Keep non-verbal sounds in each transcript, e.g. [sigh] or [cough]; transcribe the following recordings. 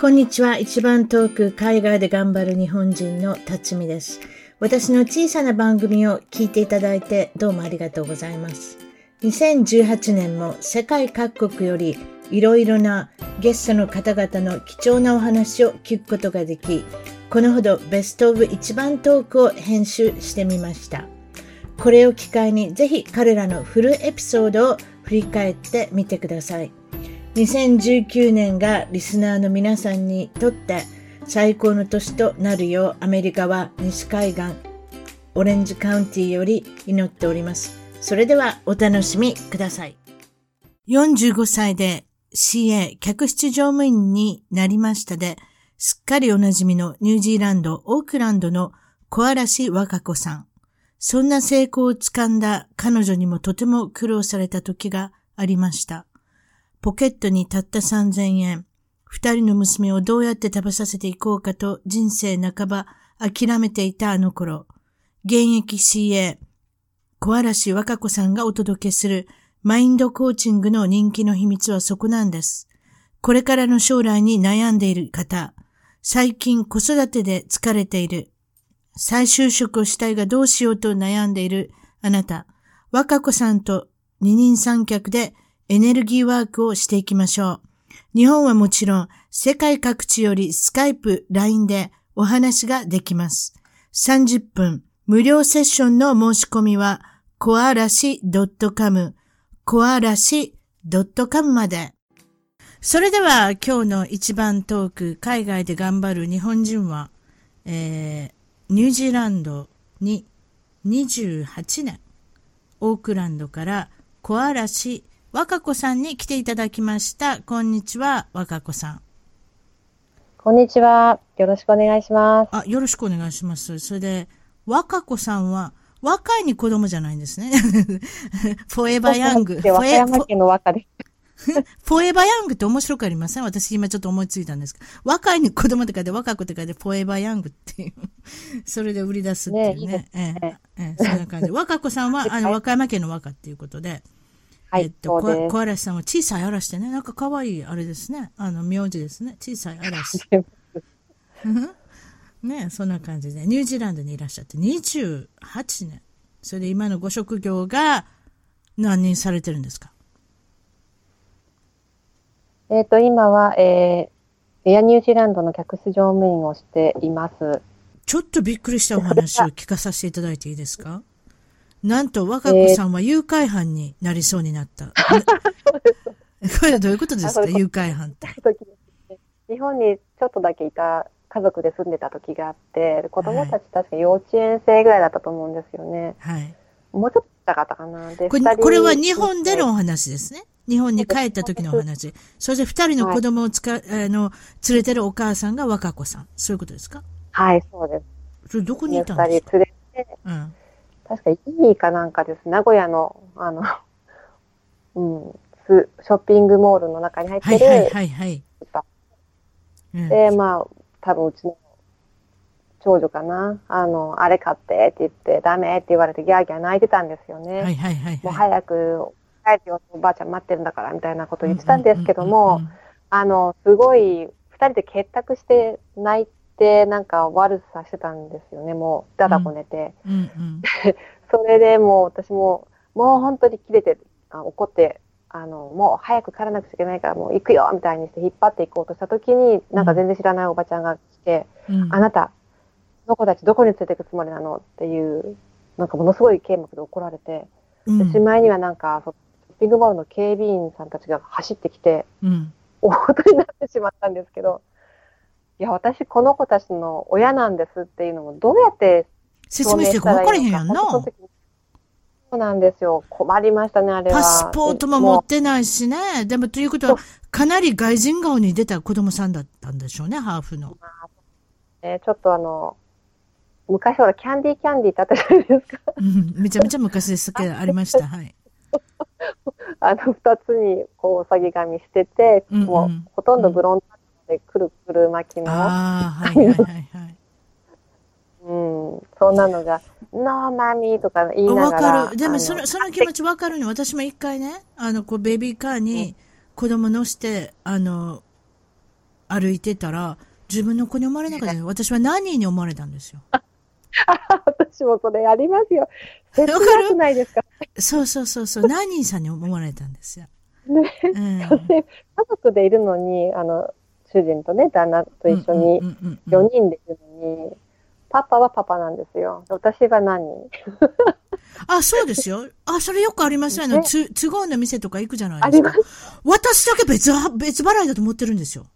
こんにちは。一番遠く海外で頑張る日本人の辰巳です。私の小さな番組を聞いていただいてどうもありがとうございます。2018年も世界各国よりいろいろなゲストの方々の貴重なお話を聞くことができ、このほどベストオブ一番トークを編集してみました。これを機会にぜひ彼らのフルエピソードを振り返ってみてください。2019年がリスナーの皆さんにとって最高の年となるようアメリカは西海岸オレンジカウンティより祈っております。それではお楽しみください。45歳で CA 客室乗務員になりましたで、すっかりおなじみのニュージーランド、オークランドの小嵐和歌子さん。そんな成功をつかんだ彼女にもとても苦労された時がありました。ポケットにたった3000円。二人の娘をどうやって食べさせていこうかと人生半ば諦めていたあの頃、現役 CA、小嵐若子さんがお届けするマインドコーチングの人気の秘密はそこなんです。これからの将来に悩んでいる方、最近子育てで疲れている、再就職をしたいがどうしようと悩んでいるあなた、若子さんと二人三脚でエネルギーワークをしていきましょう。日本はもちろん、世界各地よりスカイプ、LINE でお話ができます。30分、無料セッションの申し込みは、コアラシ .com、コアラシ .com まで。それでは、今日の一番トーク、海外で頑張る日本人は、えー、ニュージーランドに28年、オークランドからコアラシ和歌子さんに来ていただきました。こんにちは、和歌子さん。こんにちは。よろしくお願いします。あ、よろしくお願いします。それで、和歌子さんは、若いに子供じゃないんですね。 [laughs] フォエバーヤング。。フォエバーの和歌でフすォエバーヤングって面白くありません私今ちょっと思いついたんですけど。若いに子供とかで若子とかでフォエバーヤングっていう。 [laughs] それで売り出すっていうね。ねいいねええええ、そんな感じ。若子さん [laughs] は、あの、和歌山県の和歌っていうことで。はい、えっと、小嵐さんは小さい嵐ってね、なんか可愛いあれですね。あの、名字ですね。小さい嵐。ねそんな感じで。ニュージーランドにいらっしゃって28年。それで今のご職業が何人されてるんですか [laughs] えっ、ー、と、今は、えー、エアニュージーランドの客室乗務員をしています。ちょっとびっくりしたお話を聞かさせていただいていいですかなんと、和歌子さんは誘拐犯になりそうになった。 [laughs] えー、これはどういうことですか、誘拐犯って。日本にちょっとだけいた家族で住んでた時があって、子供たち確か幼稚園生ぐらいだったと思うんですよね。はい。もうちょっとだったかな。で、これこれは日本でのお話ですね。日本に帰った時のお話。そして二人の子供をつか、はい、あの、連れてるお母さんが和歌子さん。そういうことですかはい、そうです。それどこにいたんですか二人連れて、うん。確かイニーかなんかです。名古屋の、あの、 [laughs] うん、スショッピングモールの中に入ってる。、はいはいはい、はいで、まあ、多分うちの長女かな。あの、あれ買ってって言って、ダメって言われてギャーギャー泣いてたんですよね。はいはいはい、はい、もう早く帰ってよ、おばあちゃん待ってるんだからみたいなこと言ってたんですけども、あの、すごい、二人で結託して泣いて、で、なんか悪さしてたんですよね、もう、だだこねて。うんうんうん、それでもう私も、もう本当に切れて、あ怒って、あの、もう早く帰らなくちゃいけないから、もう行くよみたいにして引っ張っていこうとした時に、なんか全然知らないおばちゃんが来て、うん、あなた、その子たちどこに連れていくつもりなのっていう、なんかものすごい剣幕で怒られて、うん、しまいにはなんか、ショッピングモールの警備員さんたちが走ってきて、 [laughs] うん、大事になってしまったんですけど、いや、私、この子たちの親なんですっていうのも、どうやって説明してか分からへんやんな。そうなんですよ。困りましたね、あれは。パスポートも持ってないしね。でも、ということは、かなり外人顔に出た子供さんだったんでしょうね、ハーフの。えー、ちょっとあの、昔ほら、キャンディーキャンディーってあったじゃないですか。 [laughs] うん、めちゃめちゃ昔ですけど、ありました、はい。あの、二つに、こう、うさぎ髪してて、うんうん、もう、ほとんどブロンド、うんでくるくる巻きの。ああ、はいはいはい、はい。うん、そんなのが、ノーマミーとか言いながら。わかる。でもその、その気持ちわかるの。私も一回ね、あの、こう、ベビーカーに子供乗して、あの、歩いてたら、自分の子に思われなかったです私は何に思われたんですよ。あ私もそれありま [laughs] すよ。切なくないですかそうそうそうそう、何さんに思われたんですよ。ね、うん家族でいるのに、あの、主人とね、旦那と一緒にうんうんうんうん4人でいるのに、パパはパパなんですよ。私は何あ、そうですよ。あ、それよくありますよ。あの、ねつ、都合の店とか行くじゃないあでりすかま。す。私だけ別は、別払いだと思ってるんですよ。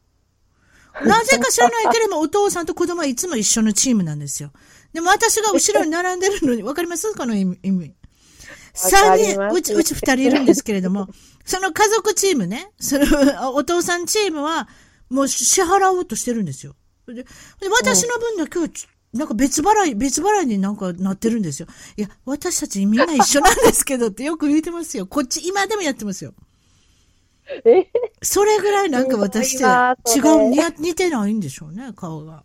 なぜか知らないけれども、お父さんと子供はいつも一緒のチームなんですよ。でも私が後ろに並んでるのに、わかりますこの意味。意味三わかりま人、すうち、うち二人いるんですけれども、その家族チームね、その、お父さんチームは、もう支払おうとしてるんですよ。で、で私の分だけは、ちなんか別払い、別払いになんかなってるんですよ。いや、私たちみんな一緒なんですけどってよく言ってますよ。こっち、今でもやってますよ。えそれぐらいなんか私すと違ごいう、わそれ似合似てないんでしょうね、顔が。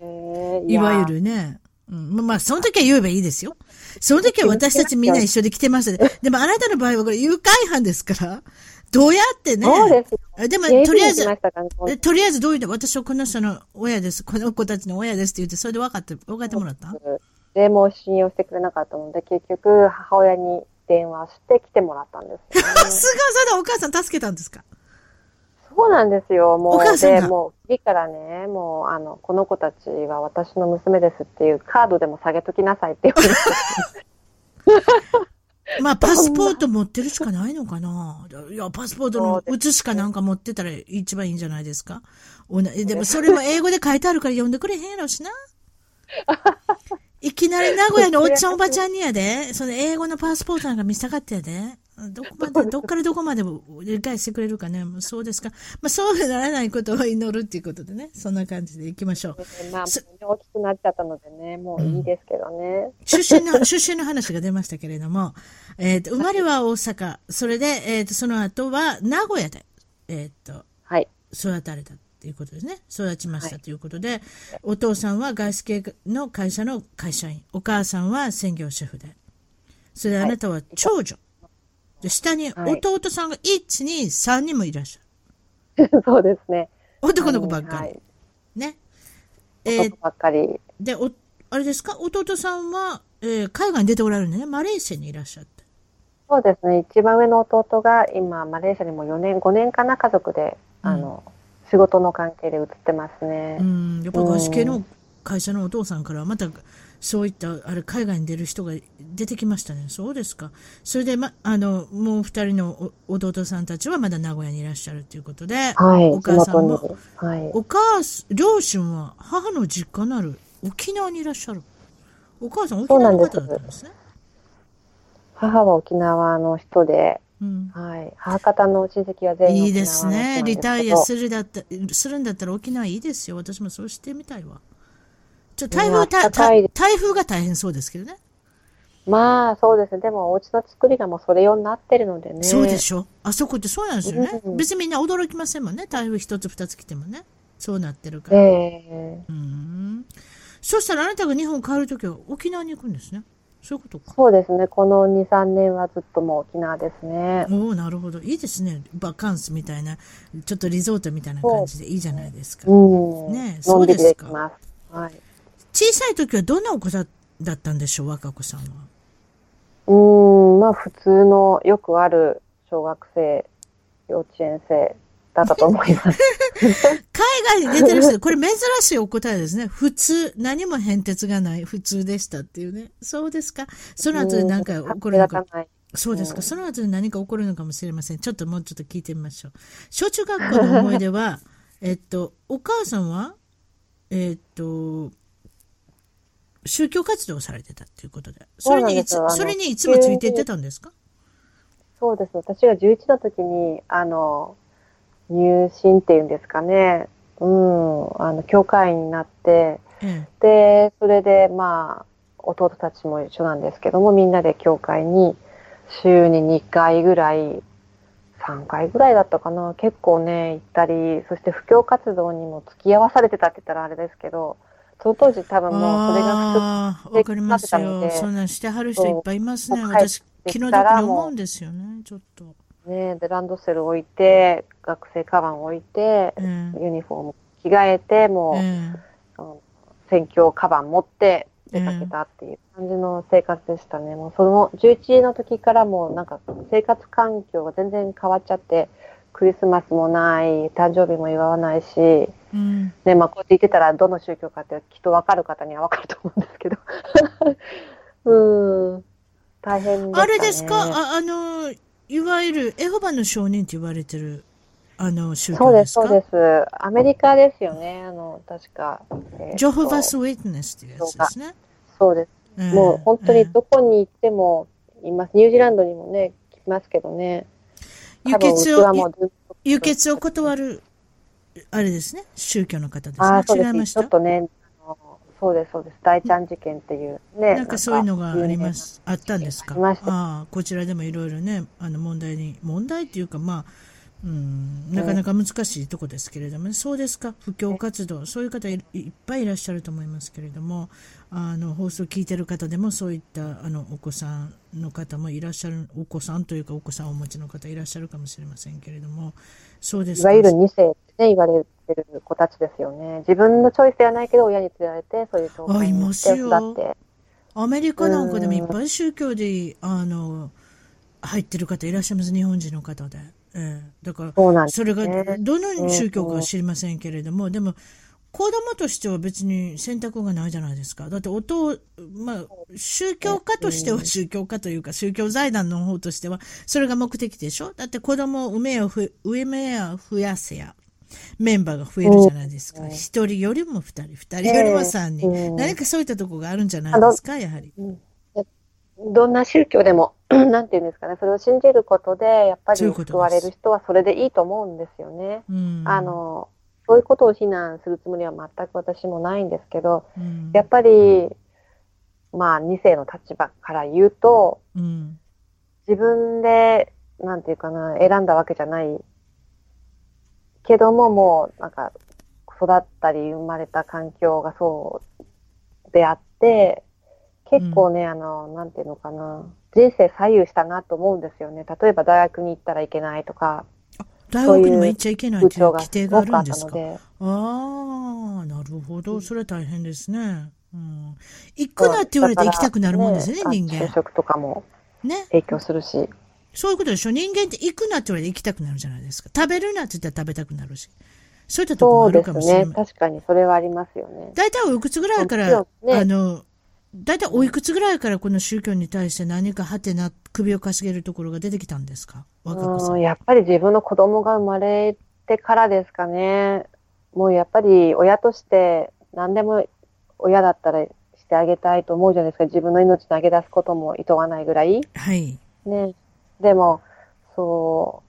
ーいわゆ。やるね。うん、ままあ、その時は言えばいいですよ。その時は私たちみんな一緒で来てましたね。でもあなたの場合はこれ誘拐犯ですから、どうやってね。そうです。でも、警と備りあえに来ずま、したからねえとりあえずどういうの私はこの人の親です。この子たちの親ですって言って、それで分かって、分かってもらったでもう信用してくれなかったので、結局、母親に電話して来てもらったんですよね、 [laughs] さすが、それでお母さん助けたんですかそうなんですよ。もお母う、さんがで、もう、次からね、もう、あの、この子たちは私の娘ですっていうカードでも下げときなさいって言われてまあ、パスポート持ってるしかないのかな。いや、パスポートのそう写しかなんか持ってたら一番いいんじゃないですか。おなでも、それも英語で書いてあるから読んでくれへんやろし [laughs] な。いきなり名古屋のおっちゃんおばちゃんにやで、その英語のパスポートなんか見せたかったやで。どこまで、どっからどこまでも理解してくれるかね。もうそうですか。まあ、そうならないことを祈るっていうことでね。そんな感じでいきましょう。まあ、[laughs] もすうね大きくなっちゃったのでね、もういいですけどね。出身の、 [laughs] 出身の話が出ましたけれども、えっ、と、生まれは大阪、それで、えっ、と、その後は名古屋で、えっ、と、はい。 [laughs] 育たれたっていうことですね。育ちましたということで、お父さんは外資系の会社の会社員、お母さんは専業主婦で、それであなたは長女。で、下にはい弟さんが1、2、3人もいらっしゃる。そうですね。男の子ばっかはり。いね。え男ーの子ばっかり。で、お、あれですか弟さんは、えー海外に出ておられるんでね、マレーシアにいらっしゃって。そうですね。一番上の弟が今、マレーシアにも4年、5年かな、家族で、うんあの、仕事の関係で移ってますね。うん、やっぱ外資系の会社のお父さんからはまたそういったあれ海外に出る人が出てきましたね、そうですか、それで、ま、あのもう二人のお弟さんたちはまだ名古屋にいらっしゃるということで、はい。お母さんも地元に。はい。お母す両親は母の実家なる沖縄にいらっしゃる、お母さん、沖縄の方だったんですね。母は沖縄の人で、うんはい、母方の親戚は全員いい沖縄の人なんでですすけどね。リタイアするだった、するんだったら沖縄いいですよ。私もそうしてみたいわ。ちょ、台風はねあた、ったかいた台風が大変そうですけどね。まあそうですねでもお家の作りがもうそれ用になってるのでねそうでしょ。あそこってそうなんですよね。うん別にみんな驚きませんもんね。台風一つ二つ来てもね。そうなってるかえら。えうん。そしたらあなたが日本帰るときは沖縄に行くんですね。そういうことか。そうですねこの23年はずっともう沖縄ですねおおなるほど。いいですね。バカンスみたいな、ちょっとリゾートみたいな感じでいいじゃないですか。うんねえのそうんでびすりかできます、はい、小さいときはどんなお子さんだったんでしょう、若子さんは。うんまあ普通のよくある小学生幼稚園生だったと思います海外に出てる [laughs] 人、これ珍しいお答えですね。普通、何も変哲がない、普通でしたっていうね。そうですか。その後で何か起こるのか目立たないそうですうか。んその後で何か起こるのかもしれません。ちょっともうちょっと聞いてみましょう。小中学校の思い出 [laughs] は、えっと、お母さんは、えっと、宗教活動をされてたっていうことで。それにいつ、そうなんですそよあのれにいつもついていってたんですかそうですね。私が11の時に、あの、入信っていうんですかね。うん、あの、教会員になって、えで、それで、まあ、弟たちも一緒なんですけども、みんなで教会に、週に2回ぐらい、3回ぐらいだったかな。結構ね、行ったり、そして布教活動にも付き合わされてたって言ったらあれですけど、その当時多え。分もうそれが普通ああ、わかりますなってたのよ。でそんなんしてはる人いっぱいいますね。そう私、帰って気きのた毒らにもう思うんですよね、ちょっと。ねでランドセル置いて学生カバン置いてうんユニフォーム着替えてうもんう、あの選挙カバン持って出かけたっていう感じの生活でしたね、もうその11の時からもうなんか生活環境が全然変わっちゃってクリスマスもない誕生日も祝わないしうんねまあ、こうやって言ってたらどの宗教かってきっと分かる方には分かると思うんですけどうん大変でした、ね、あれですかああのいわゆるエホバの証人って言われてるあの宗そ教うでですすかそうですアメリカですよねあの確か、えーとジョホバス・ウィトネスっていうやつですね。そうですんもう本当にんどこに行ってもいますニュージーランドにもね来ますけどね輸多分うち血はもをうずっと輸血を断るあれですね宗教の方ですああそうね。違でいますしちょたっ。とねあのそうですそうです大ちゃん事件っていうねなんかそういうのがありまなんかす。あったんですか。ありましたああ、こちらでもいろいろね、あの問題に、問題っていうか、まあ、うん、なかなか難しいとこですけれども、そうですか、布教活動、そういう方いいっぱいいらっしゃると思いますけれども、あの放送聞いてる方でも、そういったあのお子さんの方もいらっしゃる、お子さんというか、お子さんをお持ちの方いらっしゃるかもしれませんけれども、そうですいかわゆる2世ってね言われてる子たちですよね自分のチョイスではないけど親に連れられてそういう状あ態いにますよ育ってアメリカなんかでもいっぱい宗教であの入ってる方いらっしゃいます日本人の方で、ええだからそうなんですそねれがどの宗教かは知りませんけれども、でも子供としては別に選択がないじゃないですかだって音を、まあ、宗教家としては宗教家というか宗教財団の方としてはそれが目的でしょだって子供を産めやふ産めや増やせやメンバーが増えるじゃないですか一、人よりも二人二人よりも三人、うん何かそういったところがあるんじゃないですかやはり。どんな宗教でも [clears throat] なんていうんですかねそれを信じることでやっぱりそういうことです救われる人はそれでいいと思うんですよね。うんあ、のそういうことを非難するつもりは全く私もないんですけどうんやっぱりまあ2世の立場から言うとうん自分でなんていうかな選んだわけじゃないけどももうなんか育ったり生まれた環境がそうであって結構ね、あのなんていうのかな人生左右したなと思うんですよね例えば大学に行ったらいけないとか大学にも行っちゃいけないという風潮が規定すがあごくるあんっでたすのか。でああ、なるほど。それは大変ですね。うん、行くなって言われて行きたくなるもんですね、だから人あの就間。職とかもね。影響するしそういうことでしょ。人間って行くなって言われて行きたくなるじゃないですか。食べるなって言ったら食べたくなるし。そういったところもそあうるでかすもしれねない。確かにそれはありますよね大体おいくつぐらいから、もちろんねあの、大体おいくつぐらいからこの宗教に対して何かハテな首をかしげるところが出てきたんですか若子さ。うんんやっぱり自分の子供が生まれてからですかね。もうやっぱり親として何でも親だったらしてあげたいと思うじゃないですか。自分の命投げ出すことも厭わないぐらい。はい。ね。でも、そ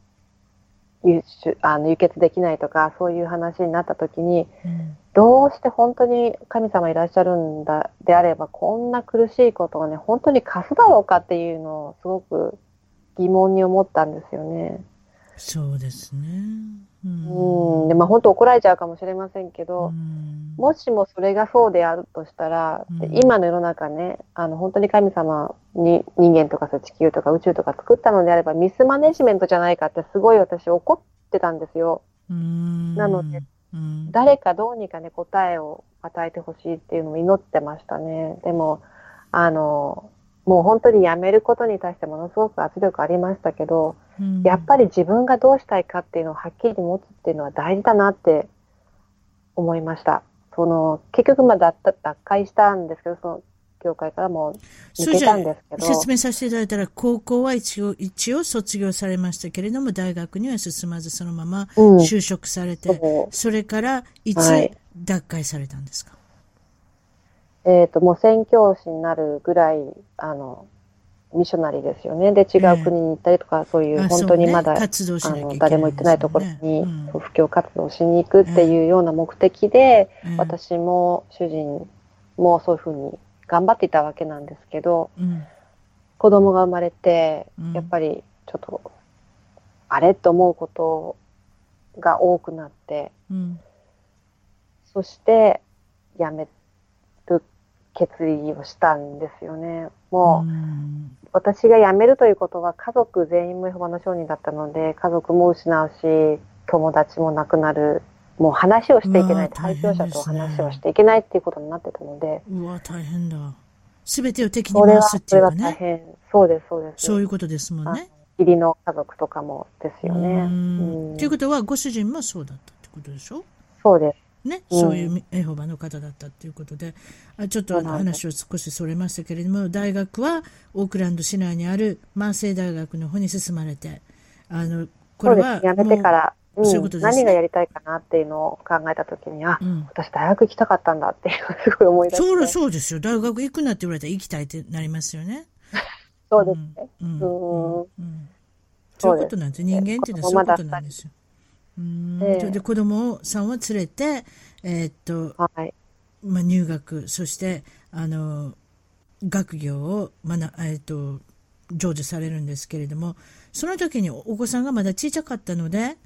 う、輸出あの輸血できないとか、そういう話になった時に、うんどうして本当に神様いらっしゃるんだであれば、こんな苦しいことをね、本当に貸すだろうかっていうのをすごく疑問に思ったんですよね。そうですね。うん。うんでまあ、本当怒られちゃうかもしれませんけうど、んもしもそれがそうであるとしたら、うん今の世の中ねあの本当に神様に人間とかさ地球とか宇宙とか作ったのであればミスマネジメントじゃないかってすごい私怒ってたんですよ。ななので、うん誰かどうにかね答えを与えてほしいっていうのを祈ってましたね。でもあのもう本当にやめることに対してものすごく圧力ありましたけど、やっぱり、り自分がどうしたいかっていうのをはっきり持つっていうのは大事だなって思いました。その結局まだ脱脱会したんですけど、その業界からもそ抜れけじゃたあんですけど、説明させていただいたら、高校は一応、一応卒業されましたけれども、大学には進まず、そのままうん、就職されて、そうそれから、いつはい脱会されたんですか、えっ、ともう宣教師になるぐらいあのミッショナリーですよね。で違う国に行ったりとか、そういうあ本当にまそだ、うね、活動しあなきゃいけない、の誰も行ってないところに、うんそう布教活動をしに行くっていうような目的で、うん私も主人もそういうふうに頑張っていたわけなんですけど、うん子供が生まれてうんやっぱりちょっと、あれと思うことが多くなってうんそして辞める決意をしたんですよねもうんう、私が辞めるということは家族全員無法の商人だったので家族も失うし友達もなくなるもう話をしていけなうわい大対変象ですね者と話をしていけないっていうことになってたのでうわ、大変だ。すべてを敵にそれ回はすっそていれうはか大ね。変そうですそうですそういうことですもんね。義理の家族とかもですよねううんんということは、ご主人もそうだったってことでしょそうですね、うんそういうエホバの方だったということで、あちょっとあのそうなんで話を少しそれましたけれども、大学はオークランド市内にある万世大学の方に進まれて、あのこそれうですはやめてから、ううそうんいうことですね何がやりたいかなっていうのを考えた時にもあ、ううん、私大学行きたかったんだっていう [laughs] のをすごい思い出してそうそうですよ、大学行くなって言われたら行きたいってなりますよね。そうですね、うんうんうんそそうういですうことなんです人間っていうのはそういうことなんですよ。うんええそれで子供さんを連れて、えーっとはいまあ、入学そしてあの学業を、まなえっと成就されるんですけれどもその時におお子さんがまだ小さかったので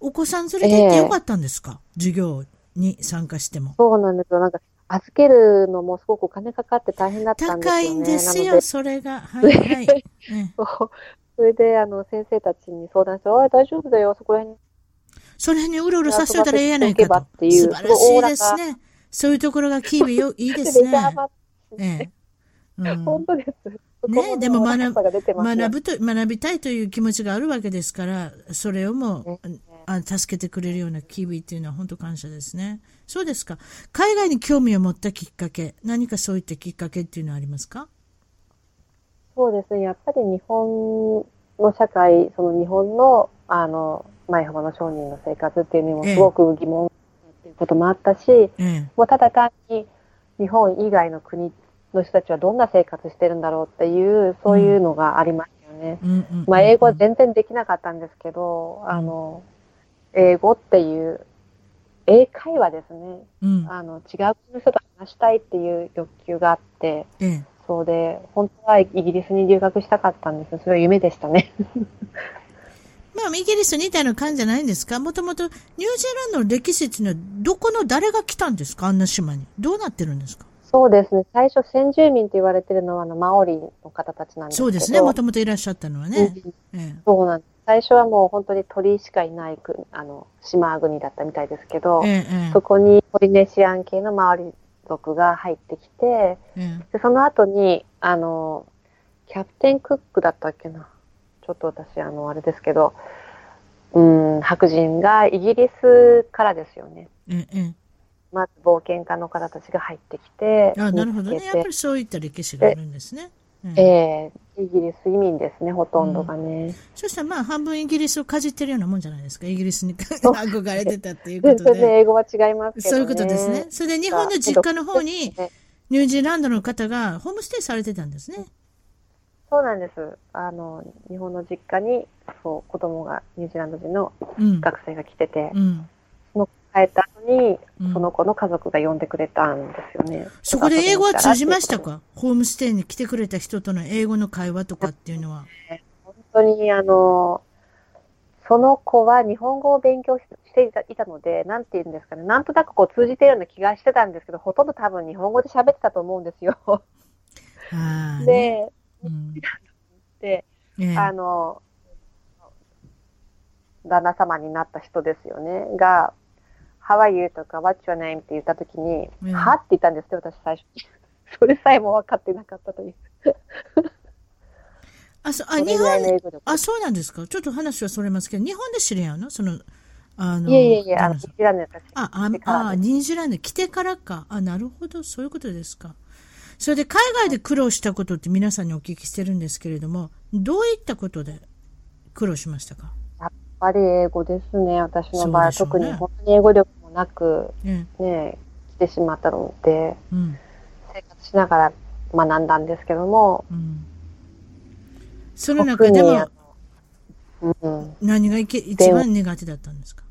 お子さん連れて行ってよかったんですか、授業に参加しても。そうなんですよなんか預けるのもすごくお金かかって大変だったんですよ高ねいんですなよ、のでそれが。はい、 [laughs] はい。ええそうそれであの先生たちに相談して「あ大丈夫だよそこら辺にその辺にうろうろさせておいたらええやないかと。遊ばせてい素けばって晴いうらしいですね。そういうところがキービよ、いいですめちね。ゃ [laughs] 余っええうん本当です。ねでも学ぶそこの高さが出てますね学ぶと学びたいという気持ちがあるわけですからそれをもう、あ助けてくれるようなキビっていうのは本当感謝ですねそうですか海外に興味を持ったきっかけ何かそういったきっかけっていうのはありますかそうですね。やっぱり日本の社会、その日本の、あの、前幅の商人の生活っていうのにもええすごく疑問っていうこともあったし、えもうただ単に日本以外の国の人たちはどんな生活してるんだろうっていう、そういうのがありましたよね。え、うんうんうんまあ、英語は全然できなかったんですけど、あの、英語っていう、英会話ですね。うんあの、違う国の人と話したいっていう欲求があって、ええそうで、本当はイギリスに留学したかったんですよ。それは夢でしたね。まあイギリスにいたような感じじゃないんですかもともとニュージーランドの歴史っていうのはどこの誰が来たんですかあんな島にどうなってるんですかそうですね。最初、先住民って言われてるのは、あの、マオリの方たちなんですけそど。うですねもともといらっしゃったのはね、うんえそうなんです。最初はもう本当に鳥しかいないく、あの、島国だったみたいですけどえ、ええそこにポリネシアン系のマオリ族が入ってきて、ええで、その後に、あの、キャプテンクックだったっけな。ちょっと私、あの、あれですけど、うん、白人がイギリスからですよね。ええええまず冒険家の方たちが入ってきて、あなるほど見ね。つやけってぱりそういった歴史があるんですね。うんええイギリス移民ですね、ほとんどがね。そしたらまあ半分イギリスをかじってるようなもんじゃないですか。イギリスに [laughs] う憧れてたっていうこ全と然で。英語は違いますけどね。そういうことですね。それで日本の実家の方にそうですねニュージーランドの方がホームステイされてたんですね。そうなんです。あの、日本の実家に、そう、子供が、ニュージーランド人のうん。学生が来ててう、ん。帰った後に、うんその子の家族が呼んでくれたんですよね。そこで英語は通じました本かホームステイに来てくれた人との英語の会話とかっていうのは。当に、あの、その子は日本語を勉強ししていたいたので、なんて言うんですかね、なんとなくこう通じてるような気がしてたんですけど、ほとんど多分日本語で喋ってたと思うんですよ。ああ、ね。うで、んで、ええあの、旦那様になった人ですよね、が、How are you? とか What's your name? って言ったときに、うんはって言ったんですけど、私最初。 [laughs] それさえも分かってなかったという。あ、そう、あ、それ日ぐらいの本、英語力。あ、そうなんですか。ちょっと話はそれますけど、日本で知り合うのその、あの、いえいえいえ、あの、旦那一さん覧のやつあ、あ来て、からあ、ですニュージーランドに来てからか。あ、なるほど。そういうことですか。それで海外で苦労したことって皆さんにお聞きしてるんですけれども、どういったことで苦労しましたかやっぱり英語ですね、私の場合は、そうでしょう特ねに本当に英語力もなく、えね、来てしまったので、え、うん、生活しながら学んだんですけども、うん。その中で特にあものうん、何がいけ一番苦手だったんですか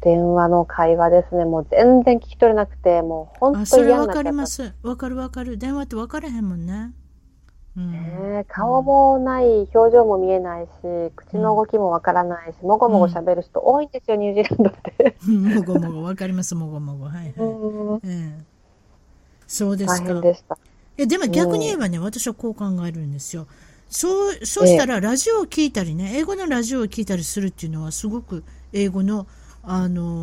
電話の会話ですね、もう全然聞き取れなくて、もう本あ、当そにれ嫌わになっかちりゃったんまですす。わかるわかる。電話ってわからへんもんね。うん。ね。顔もない、表情も見えないし、口の動きもわからないし、もごもご喋る人多いんですよ、ニュージーランドって。うん。もごもご、わかります、もごもご。はいはい。ええそうです大か。変でした。いやでも逆に言えばね、私はこう考えるんですよ。そう、そうしたら、ラジオを聞いたりね、英語のラジオを聞いたりするっていうのは、すごく英語の、あ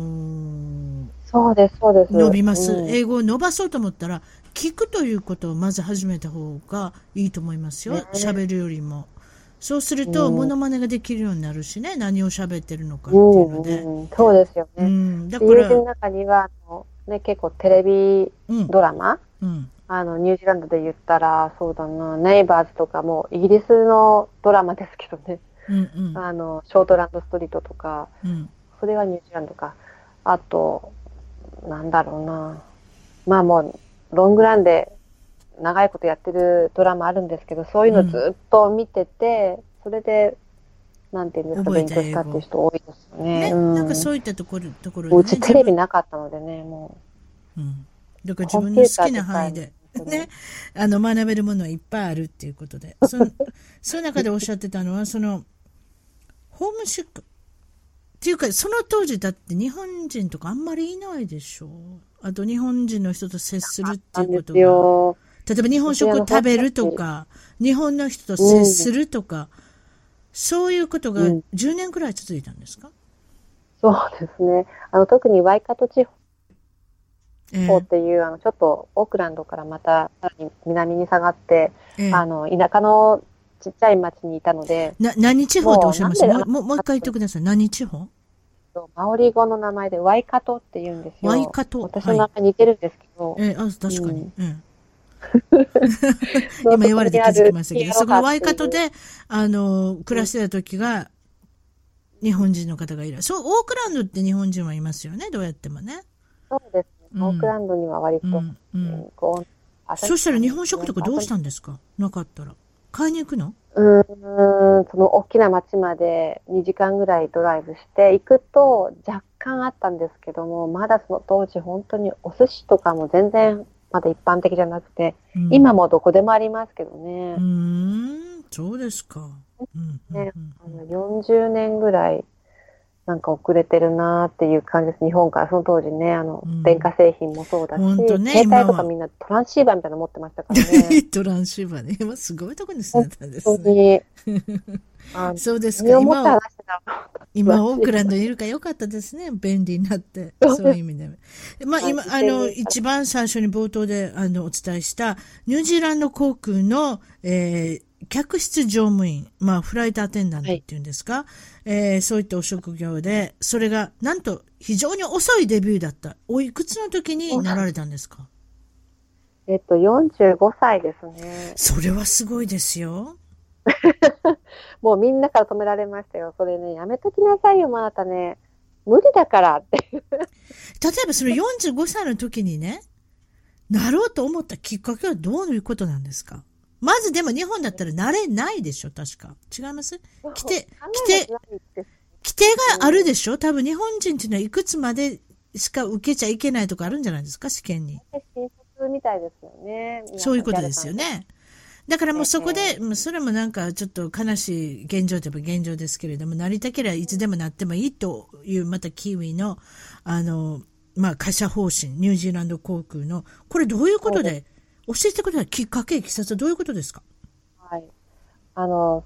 のーそうです、そうです。伸びます、うん英語を伸ばそうと思ったら、聞くということをまず始めた方がいいと思いますよね。喋、るよりも。そうすると、うんモノマネができるようになるしね、何を喋ってるのかってういんうので。うん、そうですようね。ん、だでか友ら、人の中にはあの、ね、結構テレビうん、ドラマ、うん、あのニュージーランドで言ったら、そうだな、ネイバーズとかもイギリスのドラマですけどね、うん、うん、あのショートランドストリートとか、うん。それはニュージーランドか、あと、なんだろうな、まあもう、ロングランで長いことやってるドラマあるんですけど、そういうのずっと見てて、それで、なんていうんですか、覚え勉た強したっていう人多いですよね。ね、うんなんかそういったところ、ところうでねちテレビ自なかったのでね、も分うん。だかう。ら自分の好きな範囲で。コンピューターとか。ね、あの学べるものはいっぱいあるっていうことで、そ [laughs] のその中でおっしゃってたのは、そのホームシックっていうか、その当時だって日本人とかあんまりいないでしょあと日本人の人と接するってないんうでこすとよ。が、例えば日本食を食べるとか、日本の人と接するとか、そういうことがうん10年くらい続いたんですか、そうですね。あの、特にワイカト地え方えっていう、あの、ちょっとオークランドからまた、さらに南に下がって、ええあの、田舎のちっちゃい町にいたので、な何地方とおっしゃいましたももううなんでもうもう一回言ってください。何地方マオリ語の名前でワイカトって言うんですよ。ワイカト。私はのい名前似てるんですけど、ええあ確かに。ええそう今言われて気づきましたけど、そそここにあのるワイカト、で、あの、暮らしてた時が、日本人の方がいる。そう、オークランドって日本人はいますよね、どうやってもね。そうですうんね。オークランドには割と、うん、うん。こう、そしたら日本食とかどうしたんですかなかったら。買いに行くのうーん、その大きな町まで2時間ぐらいドライブして行くと若干あったんですけども、まだその当時本当にお寿司とかも全然まだ一般的じゃなくて、うん今もどこでもありますけどうね、ーん、そうですか。うん、うん、うんあの40年ぐらいなんか遅れてるなーっていう感じです。日本からその当時ね、あのうん、電化製品もそうだし、ほんとね携帯と今はかみんなトランシーバーみたいなの持ってましたからね。 [laughs] トランシーバーね。今すごいとこに住んでたんです本当ね。に。あのそうです身か。をもって今は話、してた今、オークランドにいるから良かったですね。 [laughs] 便利になって。そういう意味でも。まあ、今、あの、一番最初に冒頭で、あの、お伝えした、ニュージーランド航空の、えー客室乗務員、まあ、フライトアテンダントっていうんですか、えーそういったお職業で、それが、なんと、非常に遅いデビューだった。おいくつの時になられたんですかえっと、45歳ですね。それはすごいですよ。もうみんなから止められましたよ。それね、やめときなさいよ、またね。無理だからって。例えば、その45歳の時にね、なろうと思ったきっかけはどういうことなんですかまずでも日本だったら慣れないでしょ確か。違います来て来て [laughs] 考えもしないって規定があるでしょ多分日本人っていうのはいくつまでしか受けちゃいけないとかあるんじゃないですか試験に。新卒みたいですよね。そういうことですよね。だからもうそこえで、もうそれもなんかちょっと悲しい現状といえば現状ですけれども、なりたければいつでもなってもいいという、またキーウィの、あの、まあ、会社方針、ニュージーランド航空の、これどういうことで、教えてください。きっかけ、いきさつはどういうことですかはい。あの、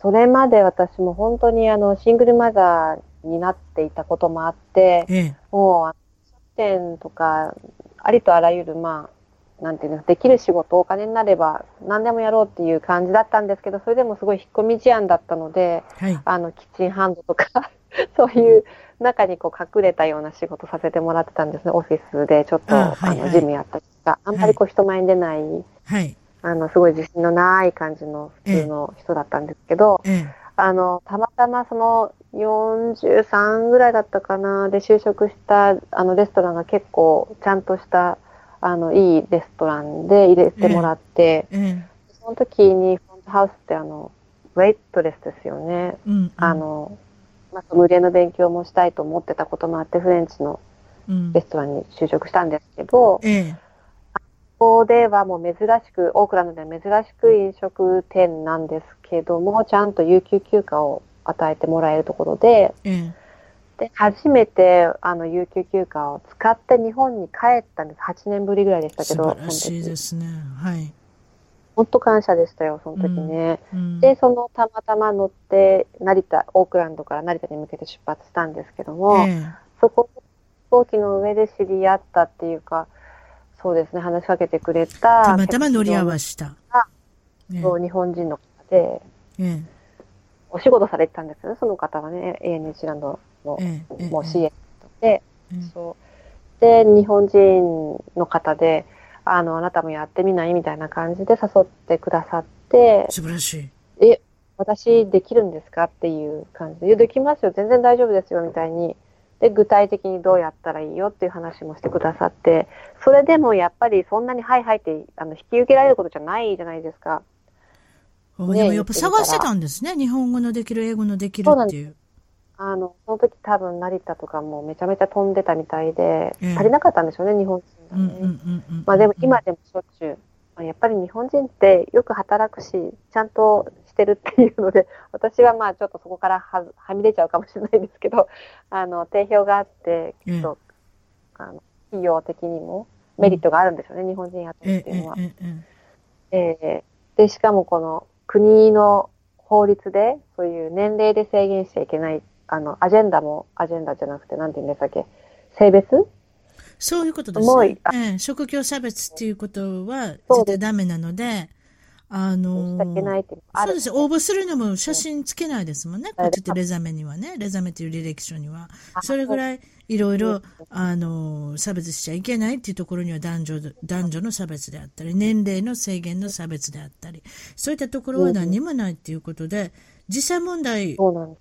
それまで私も本当にあの、シングルマザーになっていたこともあって、ええ。もう、あの書店とか、ありとあらゆる、まあ、なんていうの、できる仕事、お金になれば何でもやろうっていう感じだったんですけど、それでもすごい引っ込み思案だったので、はい。あのキッチンハンドとか [laughs] そういう中にこう隠れたような仕事させてもらってたんですねオフィスでちょっとああ、はいはいのジムやったりとかあんまりこう人前に出ない、はい。あのすごい自信のない感じの普通の人だったんですけど、ええ。あのたまたまその43ぐらいだったかなで就職したあのレストランが結構ちゃんとしたあのいいレストランで入れてもらって、ええ。その時にフロントハウスってあのウェイトレスですよねうんうん。あの、まあ、ソムリエの勉強もしたいと思ってたこともあって、フレンチのうん、レストランに就職したんですけど、ええ。ここではもう珍しく、オークランドでは珍しく飲食店なんですけども、ちゃんと有給休暇を与えてもらえるところで、ええ。で初めてあの有給休暇を使って日本に帰ったんです。8年ぶりぐらいでしたけ素ど、晴らしいそので時すね。はい。本当感謝でしたよ、その時ね。うんで、そのたまたま乗って、成田、オークランドから成田に向けて出発したんですけども、ええそこ、飛行機の上で知り合ったっていうか、そうですね、話しかけてくれた。たまたま乗り合わせた。ええそう日本人の方で、えお仕事されてたんですよね、その方はね、エアニュージーランドのえ、ええええもう CM で、ええそう。で、日本人の方で、あの、あなたもやってみないみたいな感じで誘ってくださって、素晴らしい。私できるんですかっていう感じで、いやできますよ、全然大丈夫ですよみたいに。で、具体的にどうやったらいいよっていう話もしてくださって、それでもやっぱりそんなにはいはいってあの引き受けられることじゃないじゃないですか。おでもやっぱ探してたんですね。日本語のできる、英語のできるそうなんってでいう。あの、その時多分成田とかもめちゃめちゃ飛んでたみたいで、ええ足りなかったんでしょうね、日本人うがんうね。んうんうん。まあでも今でもしょっちゅう、まあやっぱり日本人ってよく働くし、ちゃんとしてるっていうので、 [laughs] 私はまあちょっとそこからははみ出ちゃうかもしれないですけど、あの、定評があって、ええきっと、あの企業的にもメリットがあるんでしょうね、日本人やってるえっえ、ていうえのは。え、えええで、しかもこの国の法律で、そういう年齢で制限しちゃいけない、あの、アジェンダも、アジェンダじゃなくて、なんて言うんでしたっけ、性別え。そういうことですもうねい。あええ、職業差別っていうことはそう絶で対すダメなので、あしのちゃいけないっていうのがあそうる。です。応募するのも写真つけないですもんね。こうやってレザメにはね。レザメっていう履歴書には。それぐい。らいいろいそろう、あの、差別しちゃいけないっていうところには男女、男女の差別であったり、年齢の制限の差別であったり、そういったところは何もないっていうことで、実際問題、そうなんで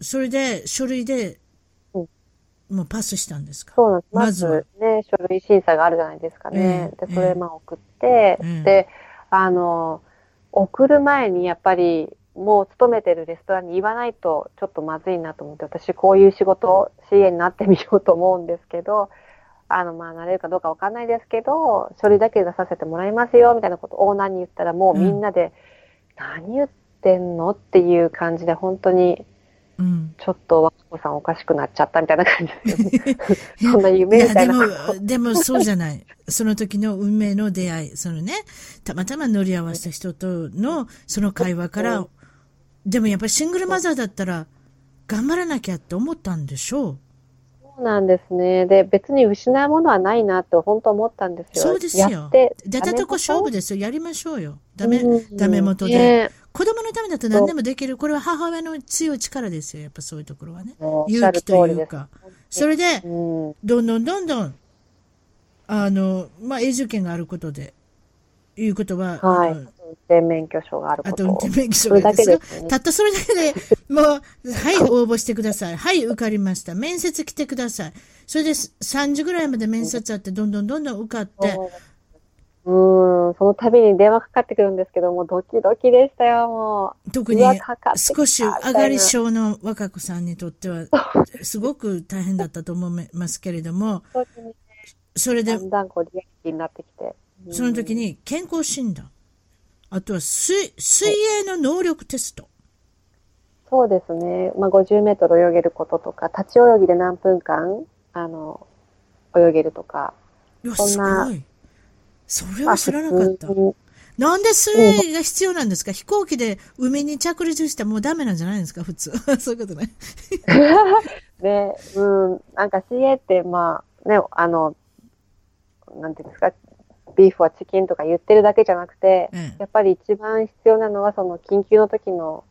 す。それで書類でうん、もうパスしたんですかそうなんです。ままずはずね、書類審査があるじゃないですかね。ええで、それええまあ送って、ええで、あの、送る前にやっぱり、もう勤めてるレストランに言わないとちょっとまずいなと思って、私こういう仕事を CA になってみようと思うんですけど、あの、まあ、なれるかどうかわかんないですけど、書類だけ出させてもらいますよ、みたいなことをオーナーに言ったら、もうみんなで、何言ってんのっていう感じで、本当に、うん。ちょっと和子さんおかしくなっちゃったみたいな感じですよね。そんな夢みたいな。やでも、でもそうじゃない。その時の運命の出会い、そのね、たまたま乗り合わせた人との、その会話から、でもやっぱりシングルマザーだったら、頑張らなきゃって思ったんでしょう。そうなんですね。で、別に失うものはないなって本当思ったんですよ。そうですよやって、出たとこ勝負でですよ。やりましょうよ。ダメ、うんダメ元で。ね子供のためだと何でもできる。これは母親の強い力ですよ。やっぱそういうところはね。もうおっしゃ勇気ると通りいうです。か。それでう、ん、どんどんどんどん、あの、まあ、永住権があることで、いうことは、はいあの。運転免許証があるこあとと。運転免許証それだけがですねたったそれだけで、もう、はい、応募してください。はい、受かりました。面接来てください。それで3時ぐらいまで面接あって、どんどんどんどん受かって、うーん、その度に電話かかってくるんですけども、ドキドキでしたよ、も特う。にうわかかってきた少し上がり症の若子さんにとっては、すごく大変だったと思いますけれども、みたいなそれだでんだんこうリアリティになってきて。うんその時に健康診断、あとは水水泳の能力テスト、そうですね。まあ、50メートル泳げることとか、立ち泳ぎで何分間、あの、泳げるとか。いや、そんすなごい。それは知らなかったあ普。通になんで水泳が必要なんですか飛行機で海に着陸したらもうダメなんじゃないですか普通。 [laughs] そういうことね。で、うん、なんか CA って、まあ、ね、あの、なんていうんですか、ビーフはチキンとか言ってるだけじゃなくて、ええやっぱり一番必要なのは、その緊急の時の、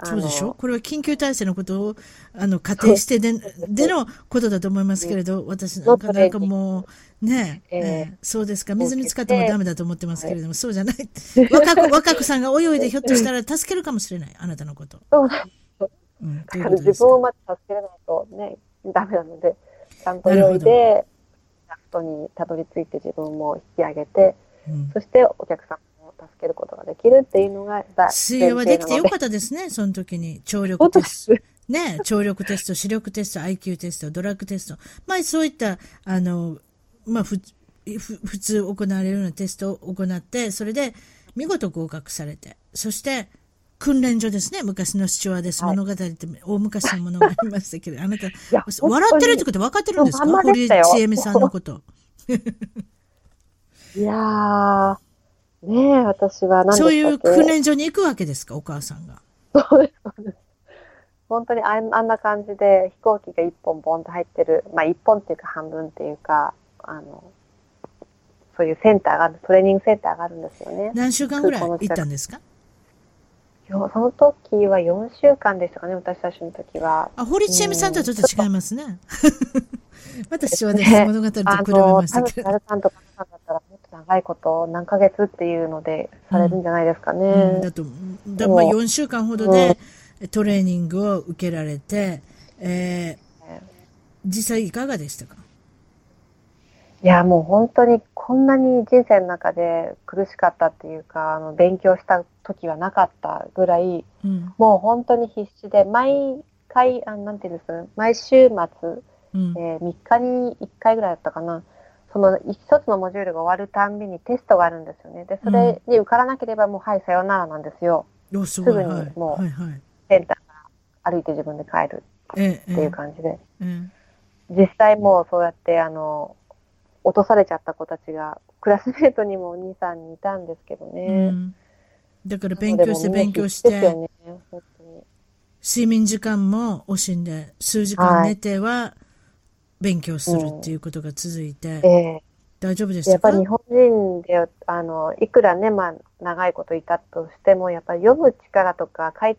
あそうのでしょこれは緊急体制のことを、あの、仮定して [laughs] で、でのことだと思いますけれど、私なんか、のトなレんーニングかもう、ねえ、ええええそうですか。水に浸かってもダメだと思ってますけれども、そうじゃない。若子、若子さんが泳いでひょっとしたら助けるかもしれない。あなたのこと。そうなんですうん、とだいうかこらとで自す分をまず助けれないとね、ダメなので、ちゃんと泳いなで、ラフトにたどり着いて自分も引き上げて、うんそしてお客さんを助けることができるっていうのが、だ水泳はできてよっかったですね、その時 [laughs] に。聴力テスト。ね、聴力テスト、視力テスト、IQ テスト、ドラッグテスト。まあ、そういった、あの、まあ、ふ、ふ普通行われるようなテストを行って、それで見事合格されて、そして、訓練所ですね。昔のスチュワーデスはい物語って、大昔のものがありましたけ [laughs] ど、あなた、や笑ってるってこと分かってるんですか本当堀に江まんまでしたよちえみさんのこと。た。いやー、ねえ、私は何でしたそっうけいう訓練所に行くわけですか、お母さんが。そうですそうです本当にあんあんな感じで飛行機が一本ボンと入ってる、まあ一本っていうか半分っていうか、あの、そういうセンターがある、トレーニングセンターがあるんですよね。何週間ぐらい行ったんですかよその時は4週間でしたかね、私最初の時は。あ、堀ちえみさんとはちょっと違いますね。私はね、ね物語と比べあまの、した多け分、どア。ルさんとかさんだったらもっと長いこと、何ヶ月っていうのでされるんじゃないですかね。うんだと、だまあ4週間ほどでトレーニングを受けられて、えー実際いかがでしたかいや、もう本当にこんなに人生の中で苦しかったっていうか、あの、勉強した時はなかったぐらい、うん。もう本当に必死で、毎回、あのなんていうんですかね、毎週末、うん。えー3日に1回ぐらいだったかな、その一つのモジュールが終わるたんびにテストがあるんですよね。で、それに受からなければもう、はい、さようならなんですよ。おすごい。すぐにはい。もうはいはい。センターから歩いて自分で帰るええっていう感じで。ええ実際もうそうやって、あの、落とされちゃった子たちが、クラスメートにもお兄さんにいたんですけどえね。えうんだから勉なの強でもしてうみんな勉強し必死ですて、よね、本当に。睡眠時間も惜しんで、数時間寝ては勉強するっていうことが続いて、ええ大丈夫でしやったぱかり日本人であのいくらね、まあ、長いこといたとしてもやっぱり読む力とか書い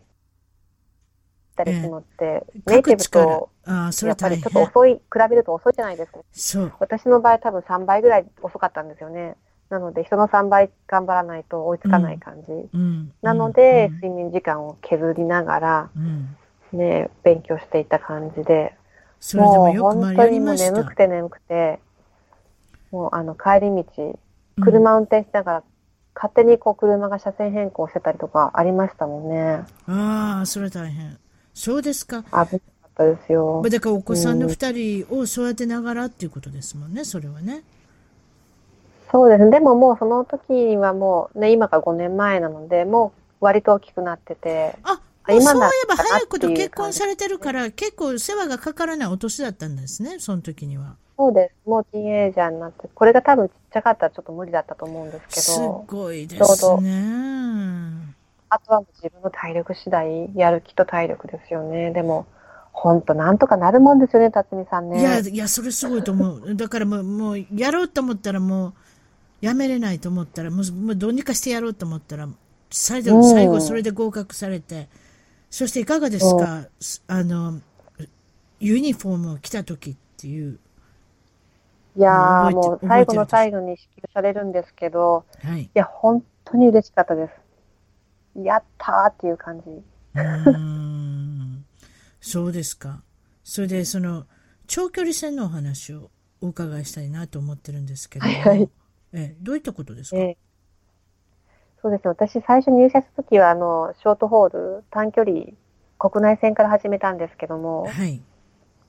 たりするのって、ネイ書テくィブとああ、それはやっぱ大りちょっと変。遅い比べると遅いじゃないですかそう。私の場合多分3倍ぐらい遅かったんですよねなので人の3倍頑張らないと追いつかない感じ、うん。なので、うん睡眠時間を削りながら、うん。ね、勉強していた感じでそれでもよくもうまあ本や当りにもまうした。眠くて眠くてもうあの帰り道車運転しながら、勝手にこう車が車線変更してたりとかありましたもんね。うんああ、それは大変。そうですか。危なかったですよまあ。だからお子さんの二人を育てながらっていうことですもんね、それはね。そうですね。でももうその時にはもうね、今が5年前なので、もう割と大きくなってて、あ、あもう今そういだっえばたな早いってこいうと結婚されてるから、結構世話がかからないお年だったんですね、その時には。そうです。もうティーンエイジャーになって、これが多分ちっちゃかったらちょっと無理だったと思うんですけすど、ごいですね。あとはもう自分の体力次第、やる気と体力ですよね。でも、ほんとなんとかなるもんですよね、辰巳さんね。いや、いや、それすごいと思う。だからもう、もう、やろうと思ったらもう、やめれないと思ったら、もう、もうどうにかしてやろうと思ったら、最う後、ん最後、それで合格されて、そしていかがですか、すあの、ユニフォームを着た時っていう、いやもーうも覚えてう覚えて最後るんですの最後に支給されるんですけど、はい。いや、本当に嬉しかったです。やったーっていう感じ。うーん、そうですか。それで、その、長距離戦のお話をお伺いしたいなと思ってるんですけども、はいはいえ、どういったことですか、ええそうですね。私、最初入社した時は、あの、ショートホール、短距離、国内線から始めたんですけども、はい。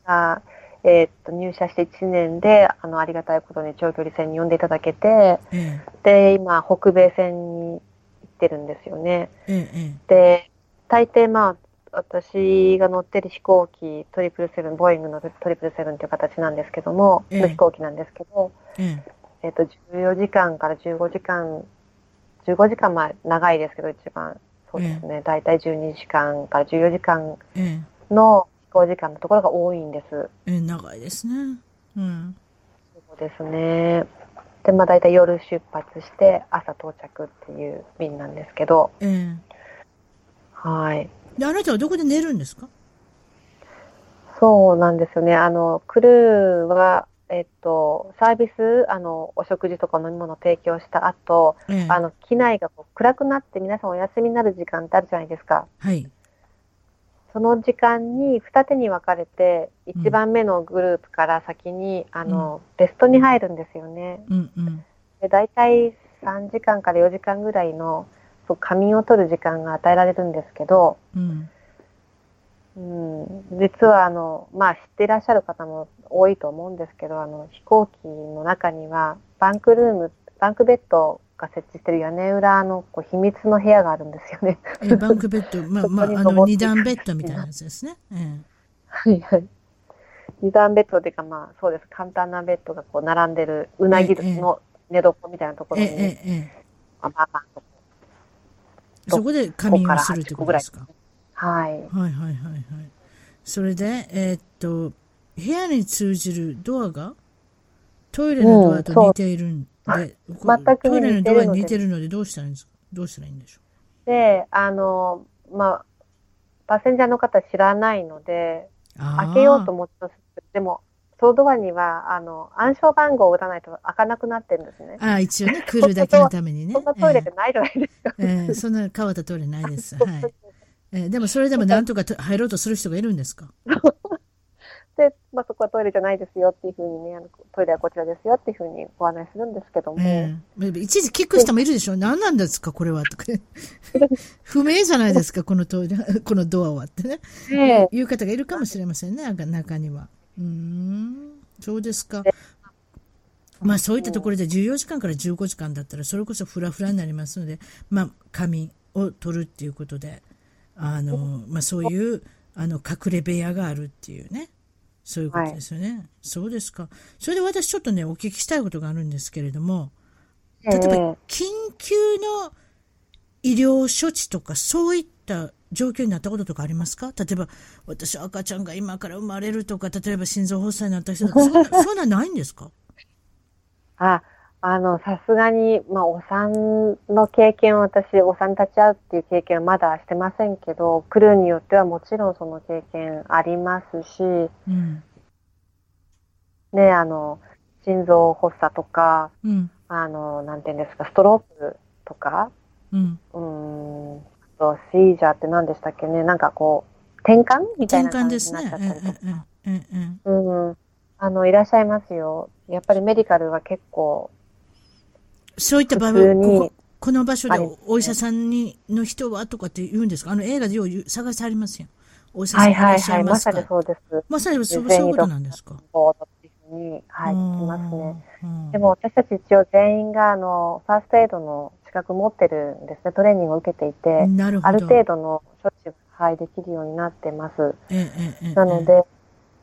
あえーっと、入社して1年で、あの、ありがたいことに長距離線に呼んでいただけて、えで、今、北米線に行ってるんですよね。え、ええ、えで、大抵まあ、私が乗ってる飛行機、トリプルセブン、ボーイングのトリプルセブンという形なんですけども、ええの飛行機なんですけど、え、ええっ、と、14時間から15時間、15時間まあ長いですけど、一番、そうですね、大体12時間から14時間え、ええ。の飛行時間のところが多いんです。えー長いですね。うん。そうですね。で、まあ大体夜出発して、朝到着っていう便なんですけど、えーはい。で、あなたはどこで寝るんですかそうなんですよね。あの、クルーは、えっと、サービス、あの、お食事とか飲み物を提供した後、えーあの、機内がこう暗くなって皆さんお休みになる時間ってあるじゃないですか。はい。その時間に二手に分かれて、うん一番目のグループから先に、あの、ベストに入るんですよね。うんうん。で、大体3時間から4時間ぐらいの、そう、仮眠を取る時間が与えられるんですけど、うん。 [laughs] うん、実はあの、まあ、知っていらっしゃる方も多いと思うんですけどあの飛行機の中にはバンクルームバンクベッドが設置してる屋根裏のこう秘密の部屋があるんですよね。えーバンクベッド、まあそこまあ、にあの、登って二いく段ベッドみたいなやつですね。えーはいはい二段ベッドっていうか、まあ、そうです簡単なベッドがこう並んでるうなぎええの寝床みたいなところえに、ーえーえまあまあまあ、そこで仮眠をするってことですか。はい。はいはいはいはい。それで、えーっと、部屋に通じるドアがトイレのドアと似ているんで、これ全くトイレの似てドアるのでに似てるのでどうしたらいいんですかどうしたらいいんでしょで、あの、まあ、パッセンジャーの方知らないので、うあ開けようと思ったんですけどでも、そのドアには、あの、暗証番号を打たないと開かなくなってるんですね。ああ、一応ね、来るだけのためにね。そんなトイレってないじゃないですか。ええええ [laughs] そんな変わったトイレない [laughs] です。はい。ええでもそれでもなんとかと入ろうとする人がいるんですかで、まあ、そこはトイレじゃないですよっていうふうにね、あのトイレはこちらですよっていうふうにご案内するんですけども、ええ一時聞く人もいるでしょ何なんですかこれはとか。 [laughs] 不明じゃないですかこのトイレ、 [laughs] このドアはってね。でいう方がいるかもしれませんね、なんか中には。うーん、そうですか。まあそういったところで14時間から15時間だったら、それこそフラフラになりますので、まあ仮眠を取るっていうことで、あの、まあそういう、あの、隠れ部屋があるっていうね。そういうことですよね。そうですか。それで私ちょっとね、お聞きしたいことがあるんですけれども、例えばええ緊急の医療処置とかそういった状況になったこととかありますか例えば私赤ちゃんが今から生まれるとか例えば心臓発作になった人とかそん [laughs] なそんなんないんですかあ、あの、さすがに、まあ、お産の経験を私、お産に立ち会うっていう経験はまだしてませんけど、クルーによってはもちろんその経験ありますし、うん。ね、あの、心臓発作とか、うん。あの、なんていうんですか、ストロークとか、うん。うーん、あと、シージャーって何でしたっけね、なんかこう、転換みた転いな換感でじすになっねちゃ。っえたりとか。えええええうん。あの、いらっしゃいますよ。やっぱりメディカルは結構、そういった場合普通はにここ、この場所でありますねお医者さんにの人はとかって言うんですかあの映画でよう言う探してありますよ。お医者さんいらっしゃいまますかさにそうです。まさにそうそういうことなんですかこうっていうふうに、はい、う聞んきますね。うんでも私たち一応全員が、あの、ファーストエイドの資格持ってるんですね。トレーニングを受けていて、なるほど。ある程度の処置が、はい、できるようになってます。ええええええなので、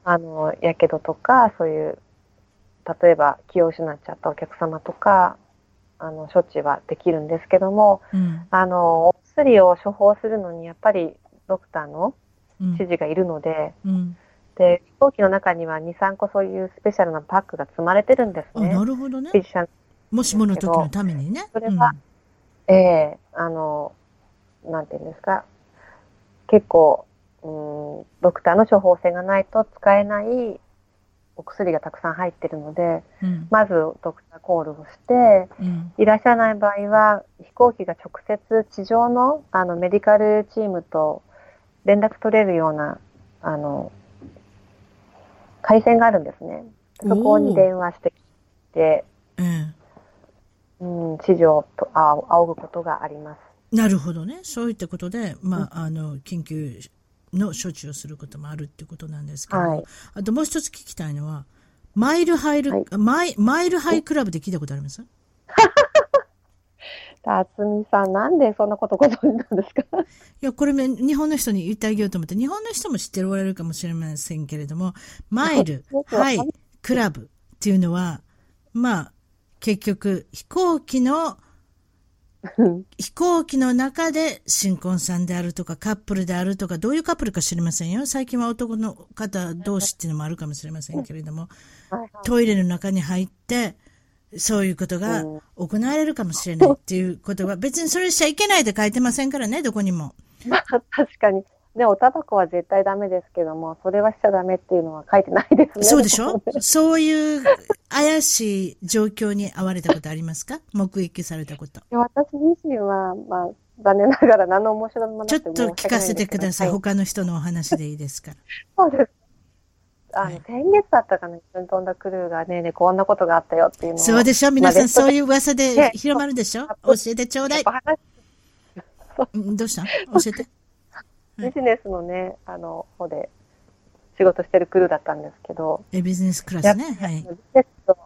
あの、やけどとか、そういう、例えば気を失っちゃったお客様とか、あの、処置はできるんですけども、うんあの、お薬を処方するのに、やっぱりドクターのうん指示がいるので、うんで、飛行機の中には2、3個そういうスペシャルなパックが積まれてるんですあ、ねな。るほどねフ。ィジシャン、もしもの時のためにね。それはええあの、なんていうんですか、結構、うん、ドクターの処方箋がないと使えないお薬がたくさん入ってるので、うん、うんまずドクターコールをして、うんいらっしゃらない場合は、飛行機が直接地上のあのメディカルチームと連絡取れるような、あの、回線があるんですね。そこに電話してきて、えうん、地上とあ仰ぐことがあります。えなるほどね。そういったことで、まあ、あの、緊急の処置をすることもあるってことなんですけど、はいあともう一つ聞きたいのは、マイルハイル、はいマイ、マイルハイクラブで聞いたことあります辰巳さん、なんでそんなことご存知なんですか [laughs] いや、これね、日本の人に言ってあげようと思って、日本の人も知っておられるかもしれませんけれども、マイル、よくわかはんい、クラブっていうのは、まあ、結局、飛行機の、飛行機の中で新婚さんであるとかカップルであるとか、どういうカップルか知りませんよ。最近は男の方同士っていうのもあるかもしれませんけれども、はいトイレの中に入って、そういうことがうん行われるかもしれないっていうことは、別にそれしちゃいけないって書いてませんからね、どこにも。まあ、確かに。ね、おタバコは絶対ダメですけども、それはしちゃダメっていうのは書いてないですね。そうでし [laughs] ょそういう怪しい状況に遭われたことありますか目撃されたこと。いや私自身は、まあ、残念ながら何の面白みもなちょくってと聞かせてください。申し他の人のお話でいいです [laughs] から。訳ないんですけどはいそうです。あの、はい先月だったかな、一緒に飛んだクルーがね、ね、こんなことがあったよっていうのを。そうでしょ皆さん、そういう噂でね広まるでしょそ教うえてちょうやだっいぱ。話うんどうしたの教えて。ビジネスのね、あの、方で仕事してるクルーだったんですけど、え、ビジネスクラスね。はい。ベッド、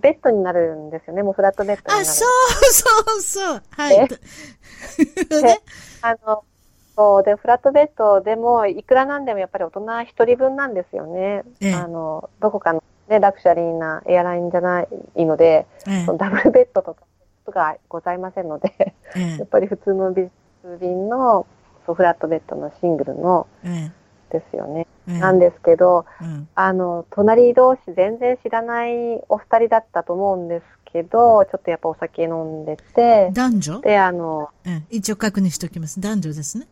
ベッドになるんですよね、もうフラットベッドになる。あ、そうそうそう。はい。と [laughs] ね。あの、そうで、フラットベッドでも、いくらなんでもやっぱり大人一人分なんですよね。ええあの、どこかのね、ラクシャリーなエアラインじゃないので、ええそのダブルベッドとか、ことがございませんので、えやっえぱり普通の美術便のそうフラットベッドのシングルのえですよね。えなんですけど、うんあの、隣同士全然知らないお二人だったと思うんですけど、ちょっとやっぱお酒飲んでて、男女、で、あの、ええ一応確認しておきます。男女ですね。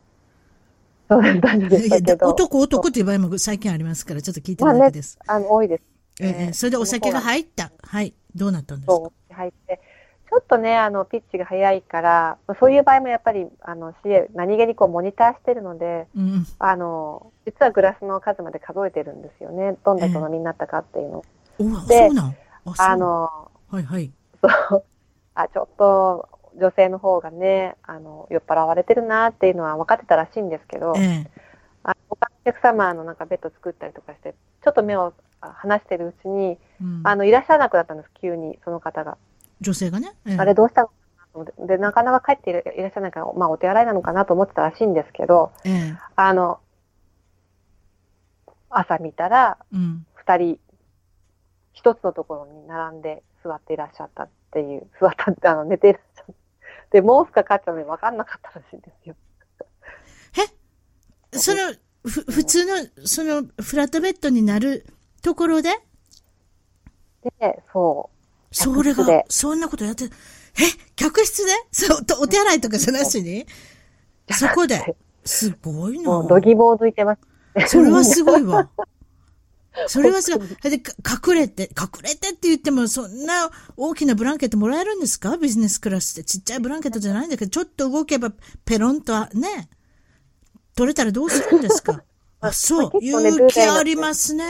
そうなんだでしいたやけだど、男男という場合も最近ありますから、ちょっと聞いてるだけです。あの、多いです。ええええそれでお酒が入った。はい。どうなったんですかと入って、ちょっとね、あの、ピッチが早いから、そういう場合もやっぱり、あの、CA、何気にこう、モニターしてるので、うん。あの、実はグラスの数まで数えてるんですよね。どんだけお飲みになったかっていうのを。おわでそうなんあそうあの、はいはい。そう、あ、ちょっと、女性の方がね、あの、酔っ払われてるなっていうのは分かってたらしいんですけど、えあ他のお客様のなんかベッド作ったりとかして、ちょっと目をあ離してるうちに、えうんあの、いらっしゃらなくなったんです、急に、その方が。女性がね。ええあれどうしたのかなと思って、で、なかなか帰っていらいらっしゃらないから、まあ、お手洗いなのかなと思ってたらしいんですけど、ええあの、朝見たら、うん。二人、一つのところに並んで座っていらっしゃったっていう、座ったって、あの、寝ていらっしゃった。で、毛布かかっちゃうのに分かんなかったらしいんですよ。その、ふ、普通の、その、フラットベッドになるところで、で、そそれ客室がで、そんなことやって、え客室でそう、とお手洗いとかじゃなしにう。そこじゃなくでて。すごいもう、どな。ぎぼうづいてます。それはすごいわ。それはすごい。で、か隠れて、隠れてって言っても、そんな大きなブランケットもらえるんですかビジネスクラスって。ちっちゃいブランケットじゃないんだけど、ちょっと動けば、ペロンとは、ね。取れたらどうするんですかあ、そう。まあ結構ね勇気ありますね。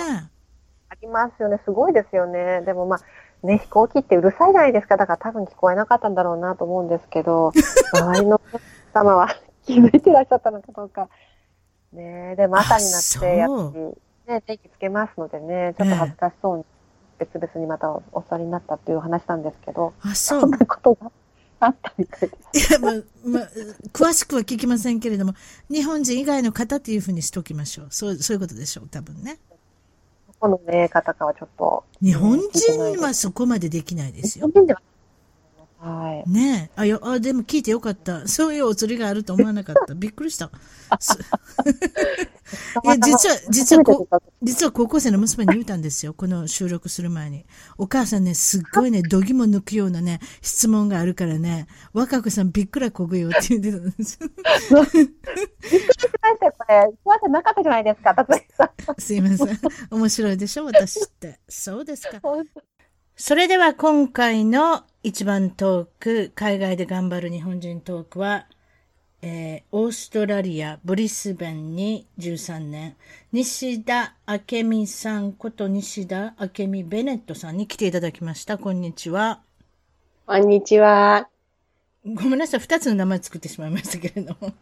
ありますよね。すごいですよね。でもまあ、ね、飛行機ってうるさいじゃないですか。だから多分聞こえなかったんだろうなと思うんですけ [laughs] ど、周りのお客様は気づいてらっしゃったのかどうか。ねえでも朝になっあて、やっそぱり、ね、電気つけますのでね、ちょっと恥ずかしそうに、別々にまたお座りになったっていう話なんですけど、あ、そそ。うんなことがあったみたいです。いや、まあ、まあ、詳しくは聞きませんけれども、日本人以外の方っていうふうにしときましょう。そう、そういうことでしょう、多分ね。どこのね、方かはちょっと。日本ね聞いてないで人すはそこまでできないです日よ本。人ではない。はい。ねえ。あ、よ、あ、でも聞いてよかった。そういうお釣りがあると思わなかった。びっくりした。すいや、実は、実は初めてこ聞い、た時実は高校生の娘に言ったんですよ。この収録する前に。お母さんね、すっごいね、度肝抜くようなね、質問があるからね、若子さんびっくらこぐよって言ってたんです [laughs] よ。大してこれ、不安じゃなかったじゃないですか、達也さん。すいません。面白いでしょ私って。そうですか。それでは今回の一番トーク、海外で頑張る日本人トークは、えーオーストラリア・ブリスベンに13年、西田明美さんこと西田明美ベネットさんに来ていただきました。こんにちは。こんにちは。ごめんなさい、二つの名前作ってしまいましたけれども。